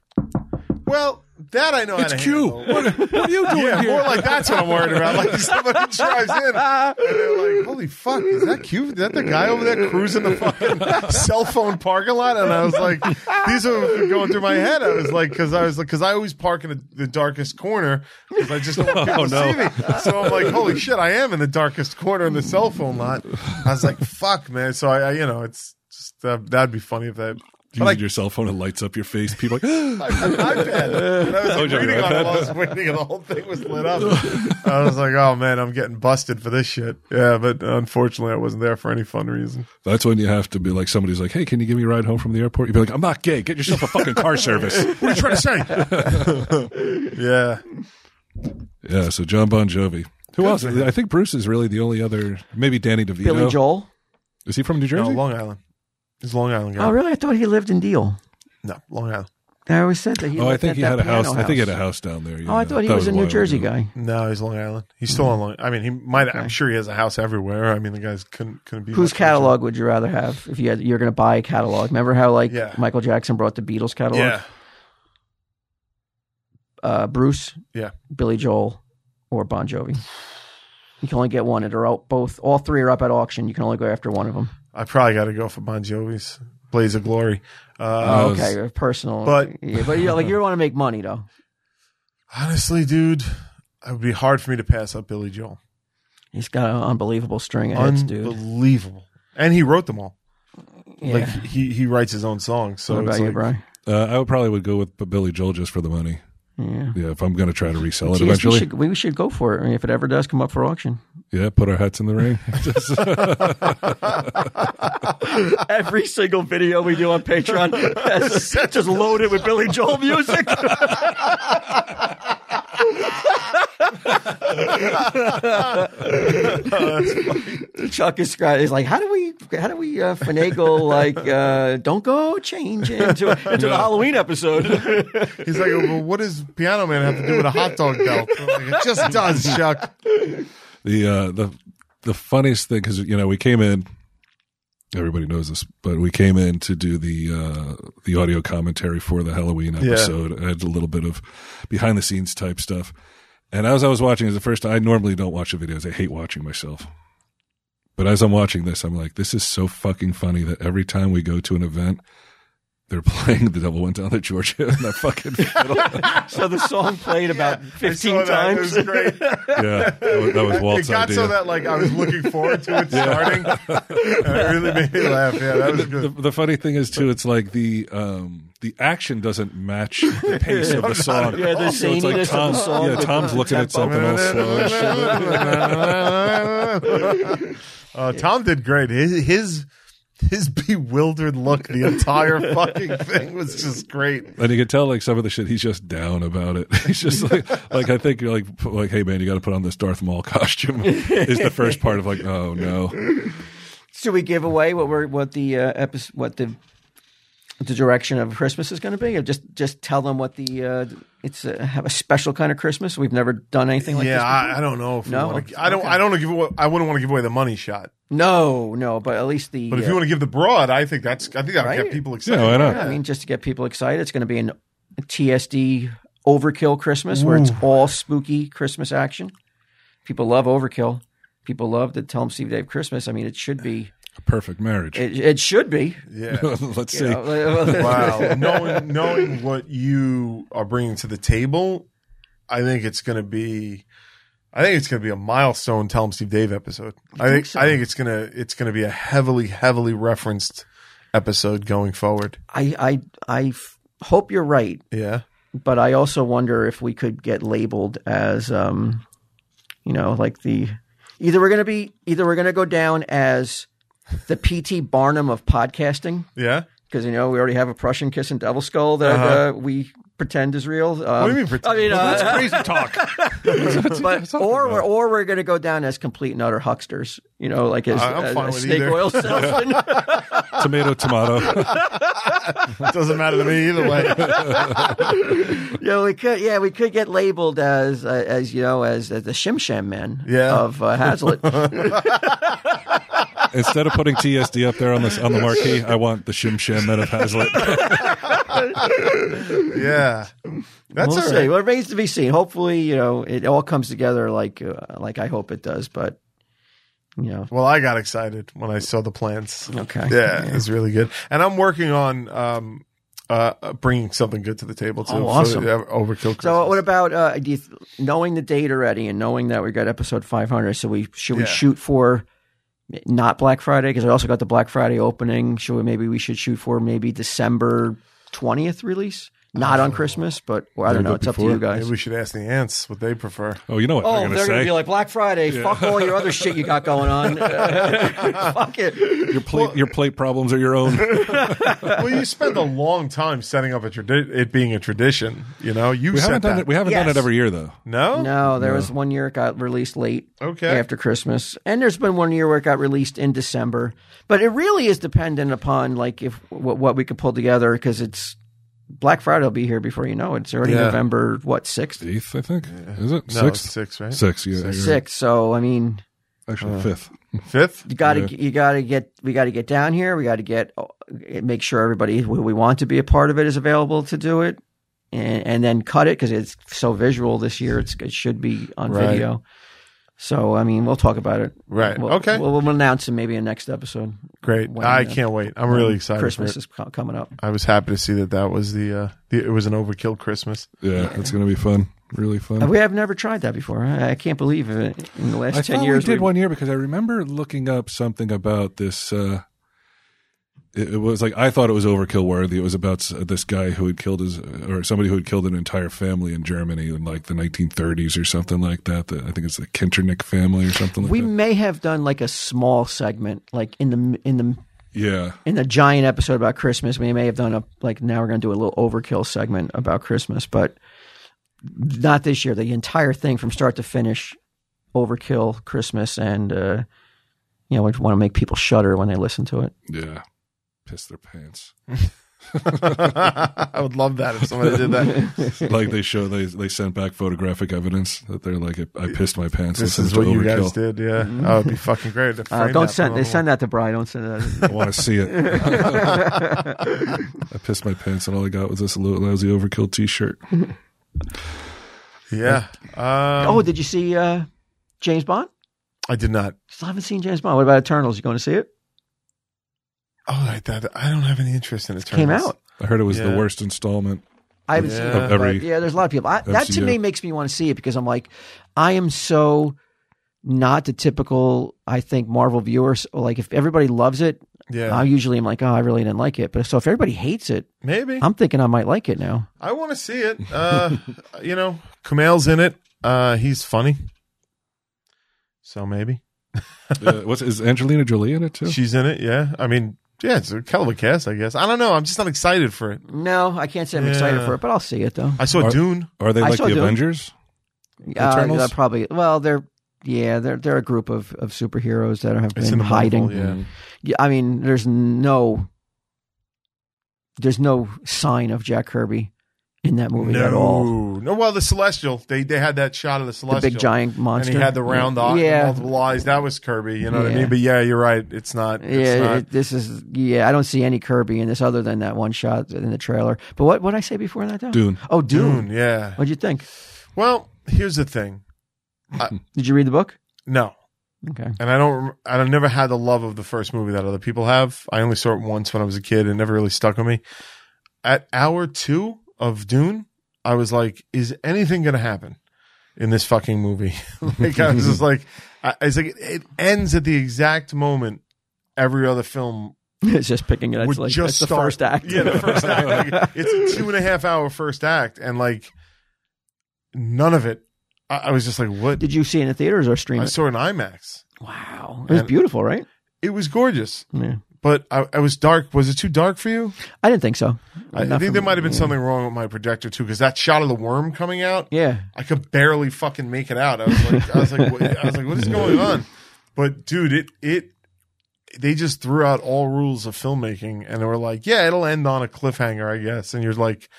Well, that I know It's how to Q. handle. What, what are you doing Yeah, here? more like that's what I'm worried about. Like somebody drives in and they're like, "Holy fuck, is that cute? Is that the guy over there cruising the fucking cell phone parking lot?" And I was like, "These are going through my head." I was like, "Cause I was like, cause I always park in the, the darkest corner because I just don't want people Oh, no. to see me." So I'm like, "Holy shit, I am in the darkest corner in the cell phone lot." I was like, "Fuck, man." So I, I you know, it's just uh, that'd be funny if that. Using But I your cell phone and lights up your face. People are like an iPad. And I was Oh, like, you have reading an on it while I iPad? was waiting, and the whole thing was lit up. I was like, oh man, I'm getting busted for this shit. Yeah, but unfortunately, I wasn't there for any fun reason. That's when you have to be like somebody's like, Hey, can you give me a ride home from the airport? You'd be like, I'm not gay. Get yourself a fucking car service. What are you trying to say? yeah, yeah, so John Bon Jovi. Who else? I think Bruce is really the only other maybe Danny DeVito. Billy Joel. Is he from New no, Jersey? Long Island. It's Long Island guy. Oh, really? I thought he lived in Deal. No, Long Island. I always said that he. oh, I lived think at he that had a piano house. I think he had a house down there. yeah. Oh, I thought he That was a New while Jersey ago. guy. No, he's Long Island. He's still on Long. I mean, he might. I'm sure he has a house everywhere. I mean, the guys couldn't couldn't be Whose much richer. catalog would you rather have if you had, you're going to buy a catalog? Remember how like Yeah. Michael Jackson brought the Beatles catalog? Yeah, Uh, Bruce, yeah. Billy Joel, or Bon Jovi. You can only get one. and They're out both. All three are up at auction. You can only go after one of them. I probably got to go for Bon Jovi's Blaze of Glory. Uh, Oh, okay, personal. but- yeah, but you like you want to make money though. honestly, dude, it would be hard for me to pass up Billy Joel. He's got an unbelievable string of hits, dude. unbelievable. And he wrote them all. Yeah. Like he he writes his own songs. So what it's about you, like, Brian? Uh, I would probably would go with B- Billy Joel just for the money. Yeah. Yeah, if I'm going to try to resell it Geez, we eventually. should we should go for it I mean, if it ever does come up for auction. Yeah, put our hats in the ring. Every single video we do on Patreon, that's just loaded with Billy Joel music. Chuck is scr- is like, how do we how do we uh, finagle like uh, don't go change into into the Halloween episode? He's like, well, what does Piano Man have to do with a hot dog belt? I'm like, it just does, Chuck. the uh, the the funniest thing because you know we came in. Everybody knows this, but we came in to do the uh, the audio commentary for the Halloween episode. I had a little bit of behind the scenes type stuff, and as I was watching, it was the first I normally don't watch the videos. I hate watching myself, but as I'm watching this, I'm like, this is so fucking funny that every time we go to an event, they're playing "The Devil Went Down to Georgia" and that fucking fiddle. so the song played about fifteen that. It times. was great. yeah, that was, that was It Walt's got idea. so that like I was looking forward to it starting. and it really made me laugh. Yeah, that was the, good. the funny thing is too, it's like the um, the action doesn't match the pace of the song. Yeah, the so it's like zaniness of Tom, the song yeah, with Tom's the looking at tempo. something all slow. and shit. uh, Tom did great. His, his his bewildered look, the entire fucking thing was just great. And you can tell like some of the shit he's just down about it. He's just like, like I think you're like, p- like, hey man, you got to put on this Darth Maul costume. is the first part of like, oh no, Should we give away what we're what the uh, episode what the the direction of Christmas is going to be? Or just just tell them what the uh, it's uh, have a special kind of Christmas. We've never done anything like yeah, this. I, I don't know if we No? wanna, I don't. I don't wanna give away. I wouldn't want to give away the money shot. No, no, but at least the. uh, But if you want to give the broad, I think that's. I think that will Right? get people yeah, excited. why not? I mean, just to get people excited, it's going to be an TSD overkill Christmas where it's all spooky Christmas action. People love overkill. People love to tell them Steve Dave Christmas. I mean, it should be. Perfect marriage. It, it should be. Yeah. Let's you see. know. wow. knowing knowing what you are bringing to the table, I think it's going to be. I think it's going to be a milestone Tell 'em Steve Dave episode. I think, think so? I think it's going to it's going to be a heavily heavily referenced episode going forward. I, I, I f- hope you're right. Yeah. but I also wonder if we could get labeled as, um, you know, like the either we're going to be either we're going to go down as the PT Barnum of podcasting Yeah. because you know we already have a Prussian kiss and devil skull that uh we pretend is real. Um, Uh-huh. What do you mean? Pretend? I mean, uh, crazy talk. but or we're, or we're going to go down as complete and utter hucksters. You know, like as, I- I'm as- fine as with snake either. oil salesman. tomato, tomato. it doesn't matter to me either way. Yeah, we could. Yeah, we could get labeled as uh, as you know as, as the Shim Sham men Yeah. of uh, Hazlitt. Instead of putting TSD up there on this on the marquee, I want the Shim Sham Men of Hazlitt. Yeah. That's we'll all see. right. Well, it remains to be seen. Hopefully, you know, it all comes together like uh, like I hope it does. But you know, Well, I got excited when I saw the plants. okay, Yeah, it's really good. And I'm working on um, uh, bringing something good to the table too. Oh, for awesome. the overkill. Christmas. So, what about uh, do you th- knowing the date already and knowing that we got episode five hundred? So, we should we Yeah. shoot for not Black Friday because I also got the Black Friday opening. Should we maybe we should shoot for maybe December twentieth release? Not on Christmas, but well, I don't Maybe know. It's up to before. you guys. Maybe we should ask the ants what they prefer. Oh, you know what Oh, they're they're going to gonna say? be like Black Friday. Fuck all your other shit you got going on. Fuck it. your plate, your plate problems are your own. well, you spend a long time setting up a tradi- it being a tradition. You know, you We haven't set done that. it. We haven't done Yes. it every year though. no? No, there was one year it got released late Okay. after Christmas, and there's been one year where it got released in December. But it really is dependent upon like if what, what we could pull together because it's Black Friday will be here before you know it. It's already Yeah. November what sixth, Eighth, I think. Is it no, sixth? it's six, Uh, right? Six. Yeah, Mm-hmm. you're sixth. So I mean, right. Actually, fifth. Fifth. you got to you got to get we got to get down here. We got to get uh, make sure everybody who we want to be a part of it is available to do it, and, and then cut it because it's so visual this year. It's it should be on Right. video. So I mean, we'll talk about it. Right. We'll, okay. We'll, we'll announce it maybe in next episode. Great. when, I uh, can't wait. I'm really excited. Christmas Christmas. is co- coming up. I was happy to see that that was the, uh, the it was an overkill Christmas. Yeah, it's gonna be fun. Really fun. We have never tried that before. I, I can't believe it. In the last I ten thought years, we did we- one year because I remember looking up something about this. Uh, it, it was like I thought it was overkill worthy. It was about s- this guy who had killed his uh, or somebody who had killed an entire family in Germany in like the 1930s or something like that. The, I think it's the Kinternick family or something like We that. may have done like a small segment, like in the in the Yeah, in the giant episode about Christmas. We may have done a like now we're going to do a little overkill segment about Christmas, but not this year. The entire thing from start to finish, overkill Christmas, and uh, you know, we want to make people shudder when they listen to it. yeah, piss their pants. I would love that if somebody did that. like they show they they sent back photographic evidence that they're like I, I pissed my pants. This listening is what to you overkill. guys did. Yeah. Oh, it'd be fucking great. to Mm-hmm. Uh, frame don't that send. for They the- send that to Brian. Don't send that. I want to see it. I pissed my pants, and all I got was this little lousy overkill T-shirt. Yeah. Um, oh, did you see uh, James Bond? I did not. Still haven't seen James Bond. What about Eternals? You going to see it? Oh, I, that, I don't have any interest in it. Came out. I heard it was Yeah. the worst installment. I haven't seen Yeah. it. Every- but yeah, there's a lot of people. I, that to MCU. me makes me want to see it because I'm like, I am so not the typical. I think Marvel viewers like if everybody loves it, Yeah. I usually am like, oh, I really didn't like it. But so if everybody hates it, Maybe. I'm thinking I might like it now. I want to see it. Uh, you know, Kumail's in it. Uh, he's funny. So maybe Uh, what's is Angelina Jolie in it too? she's in it. Yeah. I mean, yeah, it's a hell of a cast, I guess. I don't know. I'm just not excited for it. No, I can't say I'm excited Yeah. for it, but I'll see it though. I saw Are- Dune. Are they I like saw the Dune. Avengers? Uh, Eternals? they're probably. Well, they're yeah, they're they're a group of of superheroes that have It's been in the hiding. Marvel, Mm. yeah. Yeah, I mean, there's no, there's no sign of Jack Kirby in that movie at all. No, no. Well, the Celestial. They they had that shot of the The Celestial. big giant And monster. he had the round eye, Yeah, multiple eyes. That was Kirby. You know what I Yeah. mean? But yeah, you're right. It's not. It's yeah. not. it- this is yeah. I don't see any Kirby in this other than that one shot in the trailer. But what what I say before that though? Dune. Oh, Dune. Dune. Yeah. What'd you think? Well, here's the thing. Did you read the book? No, Okay. and I don't. rem- I never had the love of the first movie that other people have. I only saw it once when I was a kid, and it never really stuck with me. At hour two of Dune, I was like, "Is anything going to happen in this fucking movie?" like I was just like, I, "It's like it, it ends at the exact moment every other film it's just picking it. would It's like just it's the start- first act. Yeah, the first act. Like, it's a two and a half hour first act, and like none of it. I, I was just like, "What?" Did you see it in the theaters or stream I it? saw an IMAX. Wow, it was And- beautiful, right? It was gorgeous. Yeah. but I, I was dark. Was it too dark for you? I didn't think so. I, I Not think for there me. might have been Yeah. something wrong with my projector too, because that shot of the worm coming out, Yeah. I could barely fucking make it out. I was like, I was like, what, I was like, what is going on? But dude, it it they just threw out all rules of filmmaking, and they were like, yeah, it'll end on a cliffhanger, I guess. And you're like,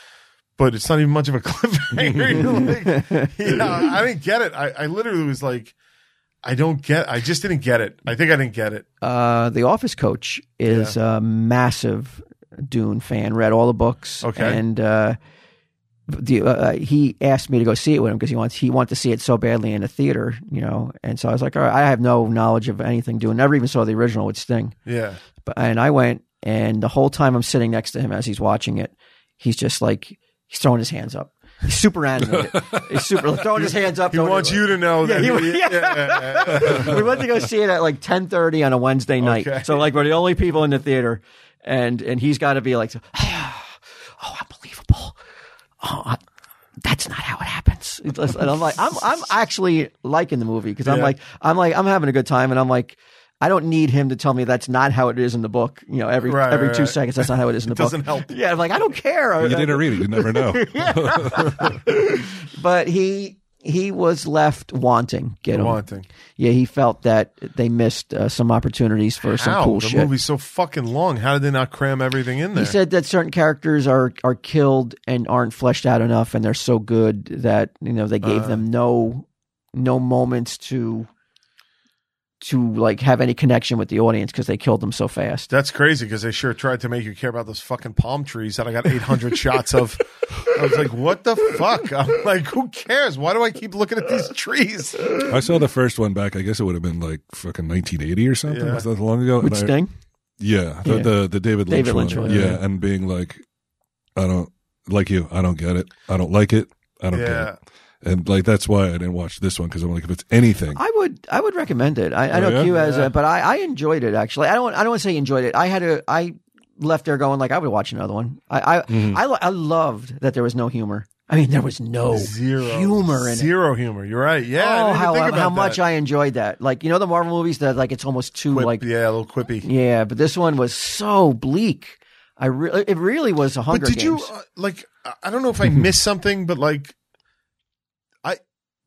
but it's not even much of a cliffhanger. You're like, yeah, I didn't get it. I, I literally was like, I don't get. I just didn't get it. I think I didn't get it. Uh, the office coach is a massive Dune fan. Read all the books. Okay. and uh, the, uh, he asked me to go see it with him because he wants he wanted to see it so badly in the theater, you know. And so I was like, all right, I have no knowledge of anything Dune. Never even saw the original with Sting. Yeah. But and I went, and the whole time I'm sitting next to him as he's watching it, he's just like he's throwing his hands up. He's super animated. he's super throwing his hands up. He throwing wants his- you to know Yeah, that. he- he- yeah. yeah, yeah, yeah. we went to go see it at like 10:30 on a Wednesday night. Okay. So like we're the only people in the theater and and he's got to be like oh unbelievable. Oh I- that's not how it happens. It's just- And I'm like I'm I'm actually liking the movie because I'm Yeah. like I'm like I'm having a good time and I'm like I don't need him to tell me that's not how it is in the book. You know, every Right, every right, 2 right. seconds that's not how it is in the book. doesn't help. Yeah, I'm like I don't care. You didn't read it. You never know. but he he was left wanting. Get him. Wanting. Yeah, he felt that they missed uh, some opportunities for some How? cool the shit. movie's so fucking long. How did they not cram everything in there? He said that certain characters are are killed and aren't fleshed out enough, and they're so good that you know they gave Uh. them no no moments to to like have any connection with the audience because they killed them so fast. That's crazy because they sure tried to make you care about those fucking palm trees that I got 800 shots of. I was like, what the fuck? I'm like, who cares? Why do I keep looking at these trees? I saw the first one back. I guess it would have been like fucking 1980 or something. Yeah. Was that long ago? With And I- Sting, yeah, the, Yeah. the the David Lynch, David Lynch one. one, Yeah. yeah. and being like, I don't like you. I don't get it. I don't like it. I don't get it. Yeah. And like that's why I didn't watch this one because I'm like, if it's anything, I would I would recommend it. I, I Oh, know yeah? Q has, Yeah. a, but I, I enjoyed it actually. I don't I don't want to say enjoyed it. I had a I left there going like I would watch another one. I I Mm-hmm. I, lo- I loved that there was no humor. I mean, there was no Zero Oh, humor in it. Zero humor. You're right. Yeah. I oh, didn't even how, think about how that. much I enjoyed that. Like you know the Marvel movies that like it's almost too Quip- like yeah, a little quippy. yeah, but this one was so bleak. I re- it really was a Hunger but did Games. Hmm. you uh, like? I- I don't know if I missed something, but like, I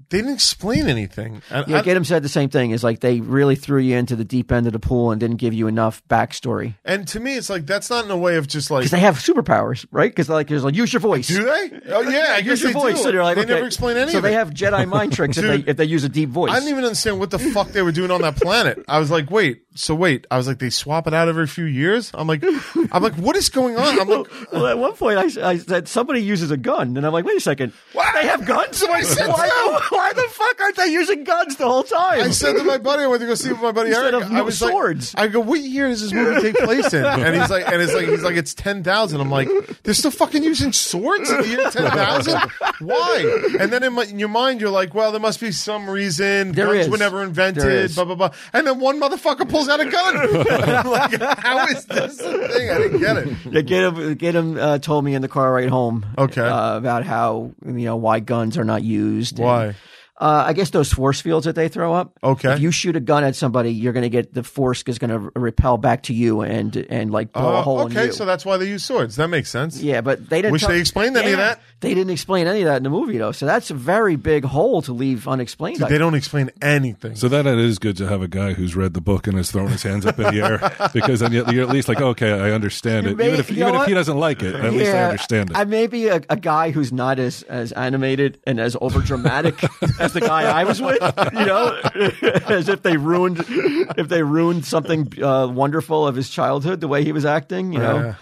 they didn't explain anything. And yeah, uh, I- Gatem said the same thing. Is like they really threw you into the deep end of the pool and didn't give you enough backstory and to me, it's like that's not in a way of just like because they have superpowers, right? Because like there's like use your voice, do they? Oh yeah, I guess use your they voice. do. So they're like they okay. never explain anything. So they have Jedi mind tricks if Dude. they if they use a deep voice. I didn't even understand what the fuck they were doing on that planet. I was like, wait, so wait. I was like, they swap it out every few years. I'm like, I'm like, what is going on? I'm like, well, at one point, I, s- I said somebody uses a gun, and I'm like, wait a second, What? they have guns? So I said why, so. the, why the fuck aren't they using guns the whole time? I said to my buddy, I went to go see my buddy Instead Eric. of I no was swords. Like, I go, what year does this movie take place in? And he's like, and it's like, he's like, it's ten thousand. I'm like, they're still fucking using swords in the year ten thousand. Why? And then in, my, in your mind, you're like, well, there must be some reason. There Guns is. were never There invented. is. Blah blah blah. And then one motherfucker pulls out a gun. I'm like, how is this a thing? I didn't get it. Yeah, get him. Get him. Uh, told me in the car ride home. Okay. Uh, about how you know why guns are not used. and, Why? uh, I guess those force fields that they throw up. Okay. If you shoot a gun at somebody, you're going to get the force is going to repel back to you and and like blow a Oh, hole in okay, you. so that's why they use swords. That makes sense. yeah, but they didn't. Wish tell- they explained any of Yeah, that. They didn't explain any of that in the movie though. So that's a very big hole to leave unexplained. Dude, like they don't explain anything. So that it is good to have a guy who's read the book and has thrown his hands up in the air because then you're you're at least like, okay, I understand it. may- Even if you know even if he what? doesn't like it, at least I understand it. I may be a, a guy who's not as, as animated and as overdramatic as the guy I was with. You know, as if they ruined if they ruined something uh, wonderful of his childhood the way he was acting. You know,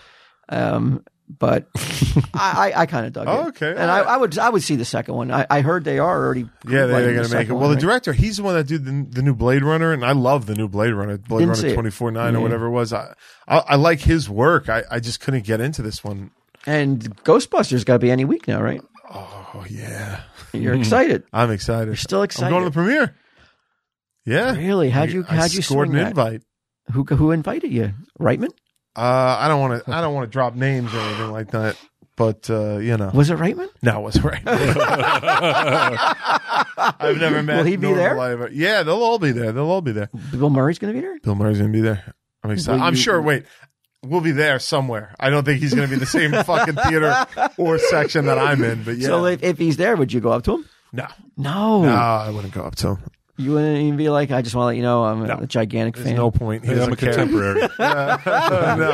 um, but I, I, I kind of dug it. Oh, okay. and I, I would I would see the second one. I, I heard they are already Yeah, they, writing they're going the to make it. second Well, one, the director, he's the one that did the, the new Blade Runner, and I love the new Blade Runner, Blade Didn't see Runner it. twenty four nine or whatever it was. I, I I like his work. I, I just couldn't get into this one. right? and Ghostbusters got to be any week now, right? Oh yeah, You're excited. I'm excited. You're still Mm-hmm. I'm going to the premiere. Yeah, Really? How'd you I how'd you scored swing an that? invite? Who who invited you? Reitman? Uh, I don't want to. I don't want to drop names or anything like that. But uh, you know, Was it Reitman? no, it was right. I've never met. Will he be nor there? will I ever- Yeah, they'll all be there. They'll all be there. Bill Murray's going to be there. Bill Murray's gonna be there. I'm excited. Will I'm you- sure. Wait, we'll be there somewhere. I don't think he's gonna be in the same fucking theater or section that I'm in. But yeah, So if, if he's there, would you go up to him? no, No, no, I wouldn't go up to him. you wouldn't even be like, "I just want to let you know I'm a- No. a gigantic There's fan." no point. He Hey, I'm doesn't care. a contemporary. no,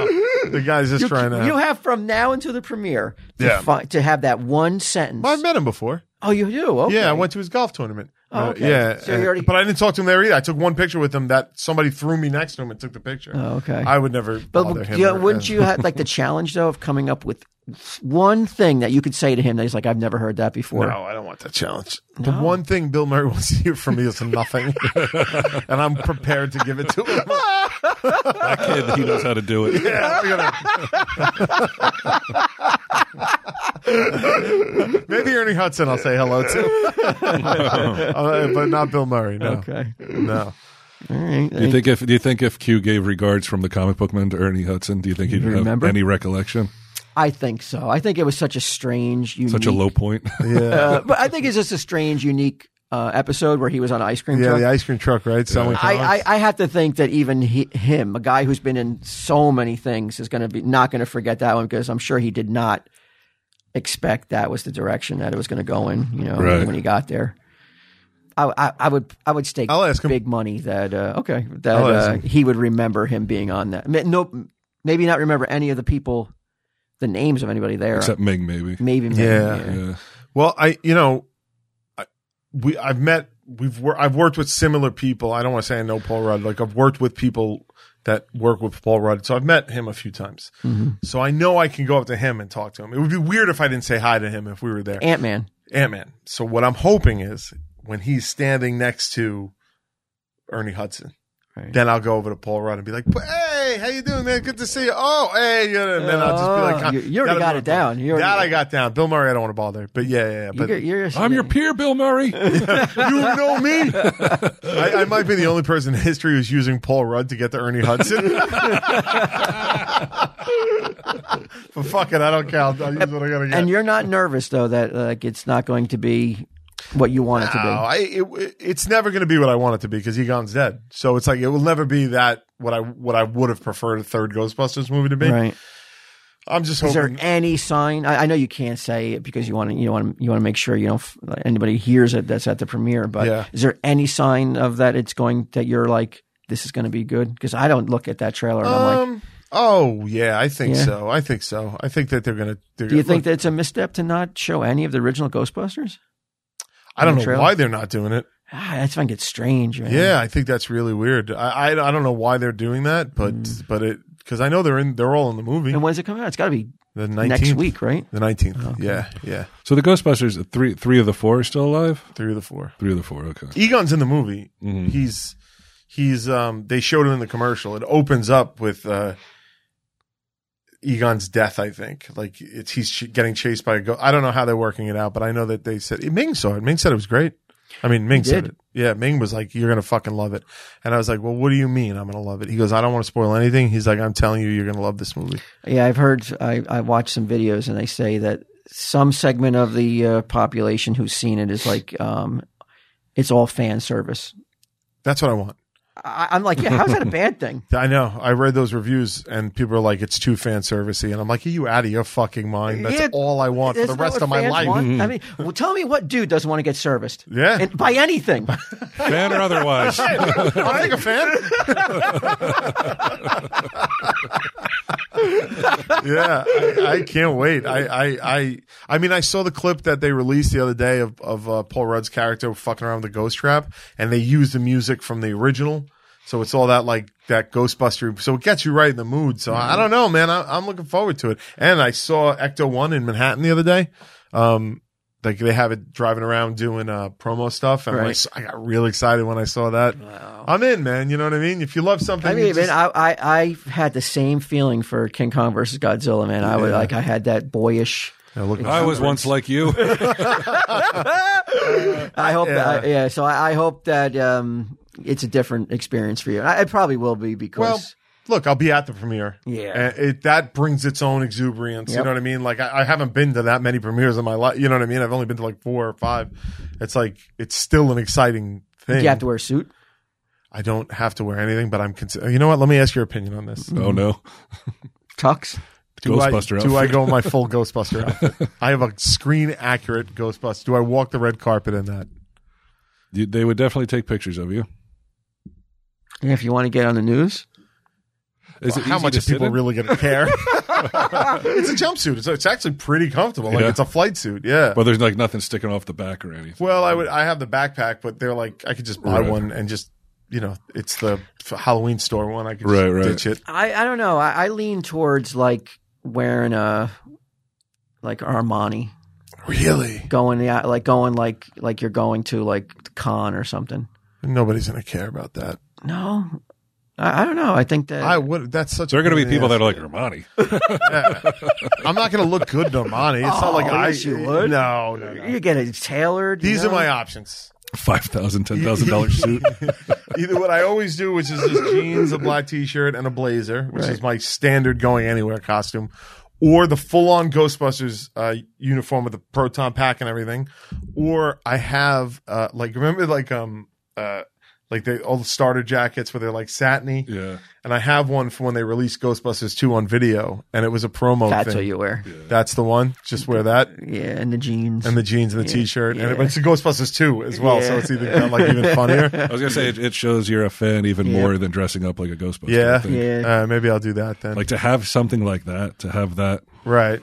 the guy's just you, trying to. you have from now until the premiere to, Yeah. fi- to have that one sentence. Well, I've met him before. oh, you do? Okay. Yeah, I went to his golf tournament. Oh, Uh, okay. yeah, So you already- but I didn't talk to him there either. I took one picture with him that somebody threw me next to him and took the picture. Oh, okay. I would never bother but him. yeah, or- wouldn't you have like the challenge though of coming up with one thing that you could say to him that he's like, "I've never heard that before." No, I don't want that challenge. The one thing Bill Murray wants to hear from me is nothing, and I'm prepared to give it to him. that kid, he knows how to do it. Yeah, we're gonna- Maybe Ernie Hudson, I'll say hello to, Uh, but not Bill Murray. No, Okay. no. All right. Do you think if do you think if Q gave regards from the comic book man to Ernie Hudson, do you think he'd have remember? any recollection? I think so. I think it was such a strange, unique, Such a low point. Yeah, uh, but I think it's just a strange, unique uh, episode where he was on an ice cream yeah. truck. The ice cream truck, right? Selling I, comics. I, I have to think that even he, him, a guy who's been in so many things, is going to be not going to forget that one because I'm sure he did not expect that was the direction that it was going to go in. You know, Right. when he got there, I, I, I would I would stake I'll ask him. big money that uh, okay that I'll ask uh, him. he would remember him being on that. Ma- Nope, maybe not remember any of the people, the names of anybody there. Except Ming, maybe. maybe, maybe, Yeah. yeah. Yeah. Well, I you know, I, we I've met we've wor- I've worked with similar people. I don't want to say I know Paul Rudd. Like I've worked with people that work with Paul Rudd, so I've met him a few times. Mm-hmm. So I know I can go up to him and talk to him. It would be weird if I didn't say hi to him if we were there. Ant Man. Ant Man. So what I'm hoping is when he's standing next to Ernie Hudson, Right. then I'll go over to Paul Rudd and be like, "But, "Hey, hey, how you doing, man? Good to see you. Oh, hey, you know, and then I'll just be Oh, like, you- you already gotta got know it down. You already- that I got down. Bill Murray, I don't want to bother, but yeah, yeah, yeah. But You're, you're, I'm your peer, Bill Murray. you know me. I, I might be the only person in history who's using Paul Rudd to get to Ernie Hudson. but fuck it, I don't count. I use what I gotta get. And you're not nervous though that like it's not going to be what you want it No, to I, it, it's never going to be what I want it to be because Egon's dead. So it's like it will never be that what I what I would have preferred a third Ghostbusters movie to be. be. Right? I'm just Is there hoping. any sign? I, I know you can't say it because you want to you want to you want to make sure you don't f- anybody hears it that's at the premiere. But Yeah. is there any sign of that it's going that you're like this is going to be good? Because I don't look at that trailer and I'm like, Um, oh yeah, I think Yeah. so. I think so. I think that they're gonna. They're do you gonna- think that it's a misstep to not show any of the original Ghostbusters? I don't the know trailer? why they're not doing it. Ah, that's when it gets strange. Man. Yeah, I think that's really weird. I I, I don't know why they're doing that, but but it because I know they're in they're all in the movie. Mm. And when's it coming out? It's got to be The next nineteenth, week, Oh, right? the nineteenth. Yeah, yeah, so the Ghostbusters, three three of the four are still alive. three of the four. Three of the four. Okay. Egon's in the movie. Mhm. He's he's um they showed him in the commercial. It opens up with uh Egon's death, I think. Like it's he's ch- getting chased by a ghost. I don't know how they're working it out, but I know that they said Ming saw it. Ming said it was great. I mean, Ming He said did. it. Yeah, Ming was like, "You're gonna fucking love it," and I was like, "Well, what do you mean I'm gonna love it?" He goes, "I don't want to spoil anything." He's like, "I'm telling you, you're gonna love this movie." Yeah, I've heard. I I watched some videos, and they say that some segment of the uh, population who's seen it is like, um, it's all fan service. That's what I want. I, I'm like, yeah, how's that a bad thing? I know. I read those reviews, and people are like, "It's too fan servicey," and I'm like, "Are you out of your fucking mind? That's Yeah, all I want for Isn't the that rest what of my fans life." Mm-hmm. want? I mean, well, tell me what dude doesn't want to get serviced? Yeah. and by anything. Fan or otherwise. I'll take a fan. yeah, I, I can't wait. I, I, I, I mean, I saw the clip that they released the other day of, of uh, Paul Rudd's character fucking around with the ghost trap, and they used the music from the original. So it's all that like that Ghostbuster. So it gets you right in the mood. So Mm-hmm. I don't know, man. I, I'm looking forward to it. And I saw Ecto One in Manhattan the other day. Um, like they have it driving around doing uh, promo stuff, and when I, Right. s- I got really excited when I saw that. I'm in, man. You know what I mean? If you love something, I you mean, just- man, I, I I had the same feeling for King Kong versus Godzilla. Man, I was Yeah. like, I had that boyish. Yeah, look- I was once like you. I hope Yeah. that, yeah. So I, I hope that um, it's a different experience for you. I, it probably will be well, because look, I'll be at the premiere. Yeah. And Uh, it that brings its own exuberance. You Yep. know what I mean? Like I, I haven't been to that many premieres in my life. You know what I mean? I've only been to like four or five. It's like it's still an exciting thing. you have to wear a suit. I don't have to wear anything, but I'm. Consi- you know what? Let me ask your opinion on this. Mm-hmm. oh no. Tux. Do Ghostbuster I, do I outfit. go in my full Ghostbuster outfit? I have a screen accurate Ghostbuster. Do I walk the red carpet in that? You- They would definitely take pictures of you. Yeah, if you want to get on the news, Is it how easy much to are sit people in? really going to care? it's a jumpsuit. It's, it's actually pretty comfortable. Like Yeah. it's a flight suit. Yeah. Well, there's like nothing sticking off the back or anything. well, I would. I have the backpack, but they're like, I could just buy Right. one and just, you know, it's the f- Halloween store one. I could Right, just right. ditch it. I, I don't know. I, I lean towards like wearing a like Armani, Really, going the like going like like you're going to like con or something. nobody's going to care about that. No, I, I don't know. I think that I would. That's such. There are going to be people that that are like Armani. I'm not going to look good in Armani. It's not like Oh, I. yes, you would. No, no, no. you get it tailored. you These are know? my options. Five thousand, ten thousand dollar suit. Either what I always do, which is just jeans, a black t-shirt, and a blazer, which is my standard going anywhere costume, or the full-on Ghostbusters uh, uniform with the proton pack and everything, or I have uh, like remember like um uh like they all the starter jackets where they're like satiny, Yeah. and I have one for when they released Ghostbusters two on video, and it was a promo That's thing. what you wear. That's the one. Just wear that Yeah, and the jeans. and the jeans and the t-shirt, and it, yeah. it's a Ghostbusters two as well, so Yeah. it's even kind of like even funnier. I was gonna say it, it shows you're a fan even more than dressing up like a Ghostbuster. I Yeah. think. yeah. Uh, maybe I'll do that then. Like to have something like that, to have that right.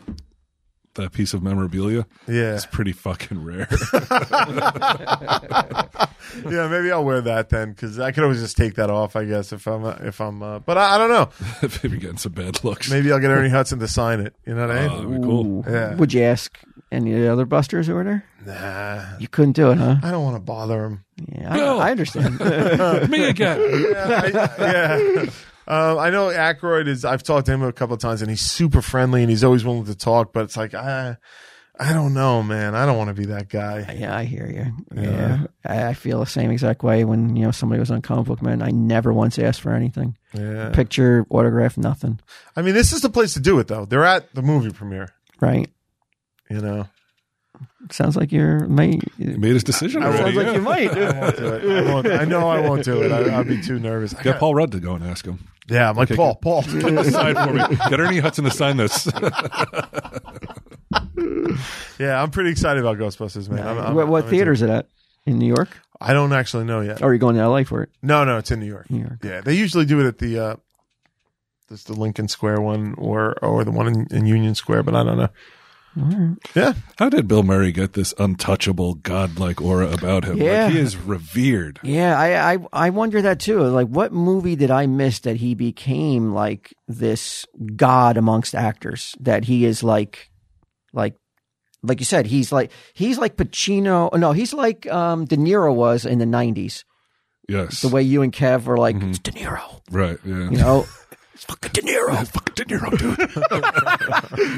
that piece of memorabilia, Yeah. it's pretty fucking rare. Yeah, maybe I'll wear that then because I could always just take that off, I guess, if I'm, uh, if I'm, uh, but I, I don't know. if you're getting some bad looks, Maybe I'll get Ernie Hudson to sign it. You know what I Oh, mean? that'd be cool. Ooh. Yeah. Would you ask any of the other busters who were there? Nah, You couldn't do it, huh? I don't want to bother him. Yeah, I, Bill. I understand. Me again. Yeah. I, yeah. Um, I know Aykroyd is. I've talked to him a couple of times, and he's super friendly, and he's always willing to talk. But it's like I, I don't know, man. I don't want to be that guy. Yeah, I hear you. Yeah. I I feel the same exact way when, you know, somebody was on Comic Book Man. I never once asked for anything. Yeah. Picture, autograph, nothing. I mean, this is the place to do it, though. They're at the movie premiere. Right? You know. Sounds like you're mate. He made his decision I already. sounds like yeah. you I won't do it. I, won't, I know I won't do it. I, I'll be too nervous. I Get got- Paul Rudd to go and ask him. yeah, I'm like Okay, Paul. Paul. Sign for me. Get Ernie Hudson to sign this. yeah, I'm pretty excited about Ghostbusters, man. I'm- I'm- what what I'm into theater is it at? In New York? it. I don't actually know yet. Or are you going to LA for it? No, no, it's in New York. New York. Yeah, they usually do it at the uh, there's the Lincoln Square one or or the one in, in Union Square, but I don't know. Yeah, How did Bill Murray get this untouchable, godlike aura about him? Yeah. Like he is revered. Yeah, I, I I wonder that too. Like, what movie did I miss that he became like this god amongst actors? That he is like, like, like you said, he's like he's like Pacino. No, he's like um, De Niro was in the '90s. Yes. The way you and Kev were like, it's De Niro, right. Yeah. you know. It's fucking De Niro. fucking De Niro,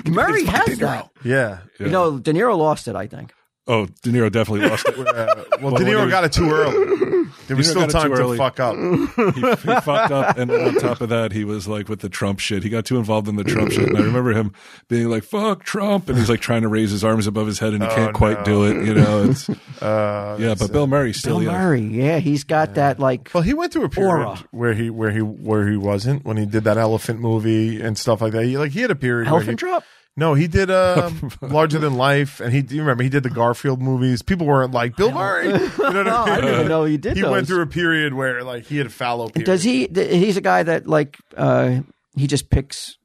dude. Murray has De that. Niro. yeah. You know, De Niro lost it. I think. Oh, De Niro definitely lost it. Uh, well, De when Niro we- got it too early. There was Niro still got it time too to early. fuck up. he, he fucked up, and on top of that, he was like with the Trump shit. He got too involved in the Trump shit, and I remember him being like, "Fuck Trump," and he's like trying to raise his arms above his head, and he can't quite do it. You know, it's Uh, yeah. But Bill Murray still, Bill yeah. Murray, yeah, he's got that like. well, he went through a period Aura. where he where he where he wasn't when he did that elephant movie and stuff like that. He, like he had a period. where he- Elephant drop. No, he did um, larger than life, and he. You remember he did the Garfield movies. People weren't like Bill Murray. You know what Oh, I I mean? didn't even know he did. Uh, He those. went through a period where like he had a fallow. Period. Does he? Th- he's a guy that like uh, he just picks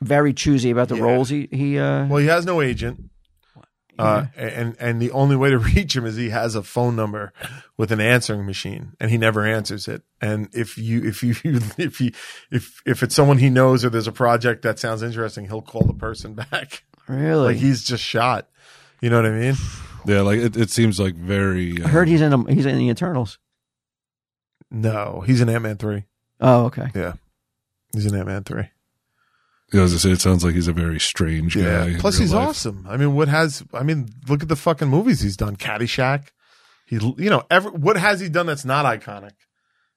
very choosy about the Yeah. roles he he. Uh, Well, he has no agent. Uh, and and the only way to reach him is he has a phone number with an answering machine, and he never answers it. And if you if you if he if if it's someone he knows or there's a project that sounds interesting, he'll call the person back. really, Like he's just shot. You know what I mean? Yeah, like it, it seems like very. uh, I heard he's in a, he's in the Eternals. No, he's in Ant Man three. Oh, okay. Yeah, he's in Ant Man three. Yeah, as I say, it sounds like he's a very strange guy. in Plus, real he's life. awesome. I mean, what has? I mean, look at the fucking movies he's done. Caddyshack. He, you know, every, what has he done that's not iconic?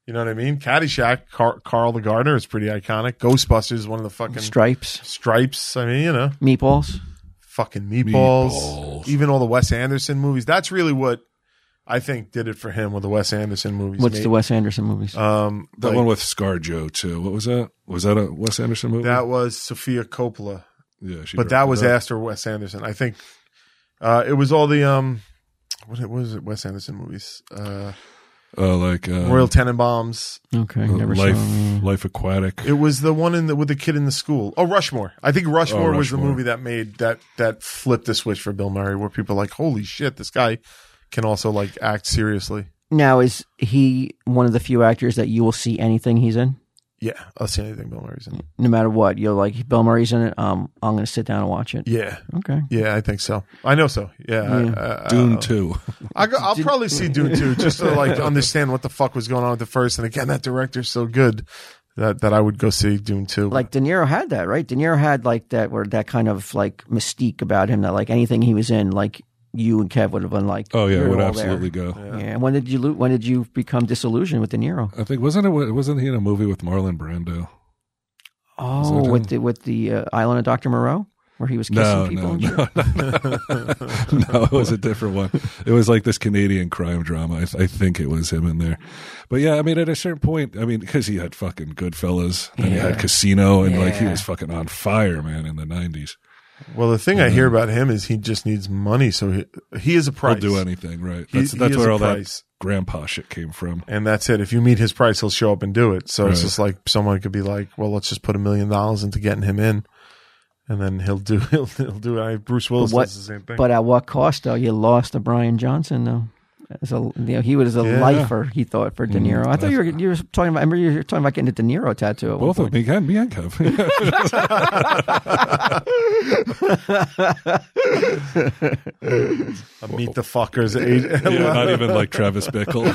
You know what I mean? Caddyshack. Car, Carl the Gardener is pretty iconic. Ghostbusters, one of the fucking Stripes, stripes. I mean, you know, meatballs. fucking meatballs, Meatballs. Even all the Wes Anderson movies. That's really what I think did it for him with the Wes Anderson movies. What's Made- the Wes Anderson movies? Um, That like, one with ScarJo too. What was that? Was that a Wes Anderson movie? that was Sophia Coppola. yeah, she but that directed was after Wes Anderson. I think uh, it was all the um, what, what was it? Wes Anderson movies, uh, uh, like uh, Royal Tenenbaums. okay, I never Life, saw. them. Life Aquatic. It was the one in the with the kid in the school. Oh, Rushmore. I think Oh, Rushmore, was the Rushmore. movie that made that that flipped the switch for Bill Murray, where people are like, holy shit, this guy can also like act seriously. Now is he one of the few actors that you will see anything he's in, Yeah, I'll see anything Bill Murray's in. no matter what. You're like Bill Murray's in it. Um, I'm going to sit down and watch it. Yeah, Okay. yeah, I think so. I know so. Yeah, I- Yeah. I- uh, I- Dune Two. I go, I'll probably see Dune too, just to like understand what the fuck was going on with the first. And again, that director's so good that that I would go see Dune too. like De Niro had that, right? De Niro had like that, where that kind of like mystique about him that like anything he was in, like you and Kev would have been like, Oh yeah, you're would all absolutely go. There. Yeah. When did you lo- when did you become disillusioned with De Niro? I think wasn't it wasn't he in a movie with Marlon Brando? Oh, it with him? the with the uh, Island of Doctor Moreau, where he was kissing No, people. no, and shit? no, no, no. It was a different one. It was like this Canadian crime drama. I, I think it was him in there. But yeah, I mean, at a certain point, I mean, because he had fucking Goodfellas and he had Casino, and like he Yeah. was fucking on fire, man, in the nineties. well, the thing I hear about him is he just needs money, so he, he is a He'll price. do anything, right? He- That's he that's is where a all price. that grandpa shit came from. and that's it. If you meet his price, he'll show up and do it. So it's Right. just like someone could be like, "Well, let's just put a million dollars into getting him in," and then he'll do he'll, he'll do it. I, Bruce Willis But what- does the same thing. But at what cost, though? You lost to Brian Johnson, though. Yeah. Yeah. As a, you know, he was a Yeah. lifer. He thought for De Mm, Niro. I thought you were you were talking about. I remember you were talking about getting a De Niro tattoo. At Both one point. of them. He can be handcuffed. A meet the fuckers. Age. yeah, not even like Travis Bickle.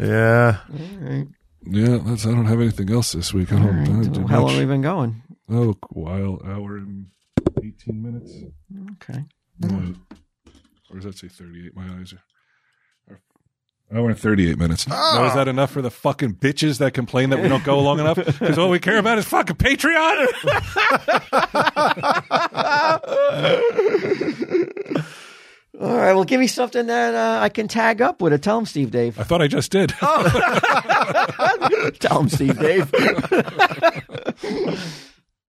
yeah. yeah, that's. I don't have anything else this week. I don't. I All don't right. do So How long much. have we been going? Oh, a while hour and eighteen minutes. Okay. What? Or does that say thirty-eight? My eyes are. Hour and thirty-eight minutes. Now, is that enough for the fucking bitches that complain that we don't go long enough? Because all we care about is fucking Patreon. All right. Well, give me something that uh, I can tag up with. It. Tell him, Steve Dave. I thought I just did. Tell him, Steve Dave.